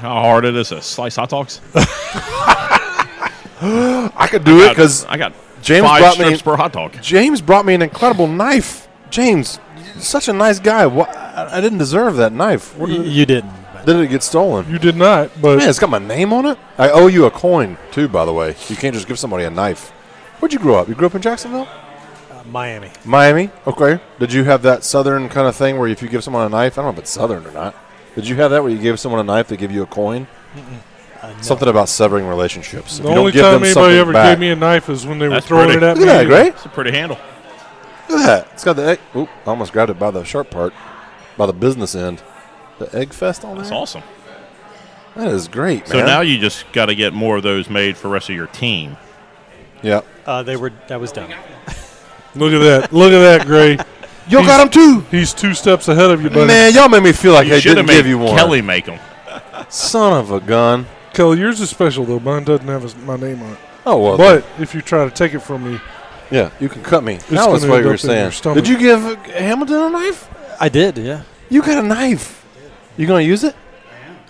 Speaker 7: How hard it is to slice hot dogs?
Speaker 2: I could do it because
Speaker 7: I got
Speaker 2: James
Speaker 7: five
Speaker 2: brought me-
Speaker 7: strips per hot dog.
Speaker 2: James brought me an incredible knife. James, you're such a nice guy. Wha- I I didn't deserve that knife. What did,
Speaker 5: you didn't.
Speaker 2: it- did it get stolen?
Speaker 4: You did not, but
Speaker 2: Man, it's got my name on it. I owe you a coin too, by the way. You can't just give somebody a knife. Where'd you grow up? You grew up in Jacksonville,
Speaker 9: Miami.
Speaker 2: Miami. Okay. Did you have that Southern kind of thing where if you give someone a knife, I don't know if it's Southern or not. Did you have that where you give someone a knife, they give you a coin? Something about severing relationships. If you
Speaker 4: the
Speaker 2: don't
Speaker 4: only
Speaker 2: give
Speaker 4: time
Speaker 2: them
Speaker 4: anybody
Speaker 2: something
Speaker 4: ever
Speaker 2: back-
Speaker 4: gave me a knife is when they were
Speaker 7: That's
Speaker 4: throwing
Speaker 7: pretty.
Speaker 4: it at
Speaker 2: Look
Speaker 4: me.
Speaker 2: at that, great.
Speaker 7: It's a pretty handle.
Speaker 2: Look at that. It's got the egg. Oop, I almost grabbed it by the sharp part, by the business end. The egg fest on
Speaker 7: That's
Speaker 2: there?
Speaker 7: awesome.
Speaker 2: That is great,
Speaker 7: So
Speaker 2: man.
Speaker 7: now you just got to get more of those made for the rest of your team.
Speaker 2: yeah.
Speaker 9: Uh, they were that was done.
Speaker 4: Look at that. Look at that, Gray.
Speaker 2: Yo
Speaker 4: He's-
Speaker 2: got him too!
Speaker 4: He's two steps ahead of you, buddy.
Speaker 2: Man, y'all made me feel like
Speaker 7: You
Speaker 2: I
Speaker 7: should
Speaker 2: didn't
Speaker 7: have made
Speaker 2: give you one.
Speaker 7: Kelly make them.
Speaker 2: Son of a gun.
Speaker 4: Kelly, yours is special though. Mine doesn't have his, my name on it.
Speaker 2: Oh, well.
Speaker 4: But if you try to take it from me,
Speaker 2: yeah, you can cut me. Now
Speaker 4: gonna
Speaker 2: that's what
Speaker 4: end
Speaker 2: you were
Speaker 4: up in your
Speaker 2: saying.
Speaker 4: stomach.
Speaker 2: Did you give uh, Hamilton a knife?
Speaker 9: I did, yeah.
Speaker 2: You got a knife. You going to use it?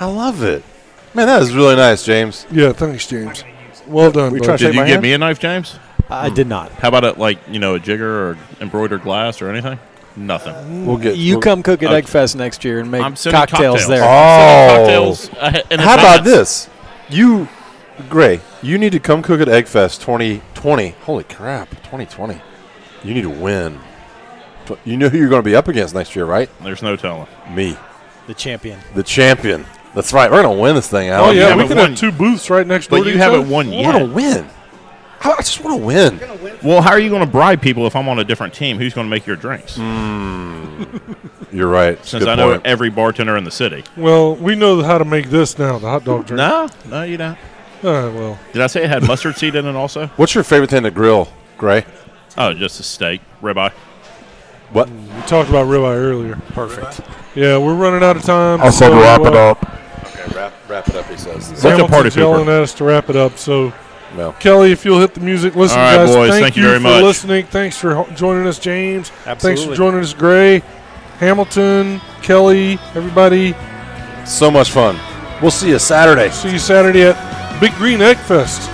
Speaker 2: I love it. Man, that is really nice, James.
Speaker 4: yeah, thanks, James. Well done.
Speaker 2: We
Speaker 4: bud.
Speaker 2: try to-
Speaker 7: Did
Speaker 2: Shake
Speaker 7: you
Speaker 2: my
Speaker 7: give
Speaker 2: hand?
Speaker 7: me a knife, James?
Speaker 9: I did not.
Speaker 7: How about it, like you know, a jigger or embroidered glass or anything? Nothing.
Speaker 2: We'll get
Speaker 9: You
Speaker 2: we'll-
Speaker 9: come cook at
Speaker 7: Okay.
Speaker 9: Egg Fest next year and make
Speaker 7: I'm
Speaker 9: cocktails,
Speaker 7: sending cocktails.
Speaker 9: there.
Speaker 2: Oh.
Speaker 7: Cocktails. uh, in
Speaker 2: How about this?
Speaker 7: advance.
Speaker 2: You, Gray, you need to come cook at Eggfest 2020. Holy crap, 2020. You need to win. But You know who you're going to be up against next year, right?
Speaker 7: There's no telling.
Speaker 2: Me,
Speaker 9: The champion.
Speaker 2: the champion. That's right. We're going to win this thing, Alan.
Speaker 4: Oh yeah,
Speaker 7: You
Speaker 4: we
Speaker 7: haven't
Speaker 4: could
Speaker 7: won.
Speaker 4: have two booths right next door.
Speaker 7: But
Speaker 4: to
Speaker 7: you
Speaker 4: each
Speaker 7: haven't
Speaker 4: other.
Speaker 7: won
Speaker 2: I want to
Speaker 7: yet.
Speaker 2: win. I I just want to win.
Speaker 7: Well, how are you going to bribe people if I'm on a different team? Who's going to make your drinks?
Speaker 2: You're right. It's a
Speaker 7: Since
Speaker 2: good
Speaker 7: I know
Speaker 2: point.
Speaker 7: every bartender in the city.
Speaker 4: Well, we know how to make this now. The hot dog drink.
Speaker 7: No, no, you don't.
Speaker 4: All right, well,
Speaker 7: Did I say it had mustard seed in it also?
Speaker 2: What's your favorite thing to grill, Gray?
Speaker 7: Oh, just a steak, ribeye.
Speaker 2: What?
Speaker 4: we talked about ribeye earlier. Perfect. Yeah, we're running out of time. so, uh,
Speaker 2: up. Okay, wrap, wrap it up, he says.
Speaker 7: Such a party
Speaker 4: Hamilton's yelling
Speaker 7: pooper.
Speaker 4: at us to wrap it up. So,
Speaker 2: Well,
Speaker 4: Kelly, if you'll hit the music, listen,
Speaker 7: All right,
Speaker 4: guys.
Speaker 7: boys,
Speaker 4: Thank,
Speaker 7: thank you very
Speaker 4: for
Speaker 7: much.
Speaker 4: listening. Thanks for ho- joining us, James. Thanks for
Speaker 9: Absolutely.
Speaker 4: joining us, Gray, Hamilton, Kelly, everybody.
Speaker 2: so much fun. We'll see you Saturday.
Speaker 4: See you Saturday at Big Green Egg Fest.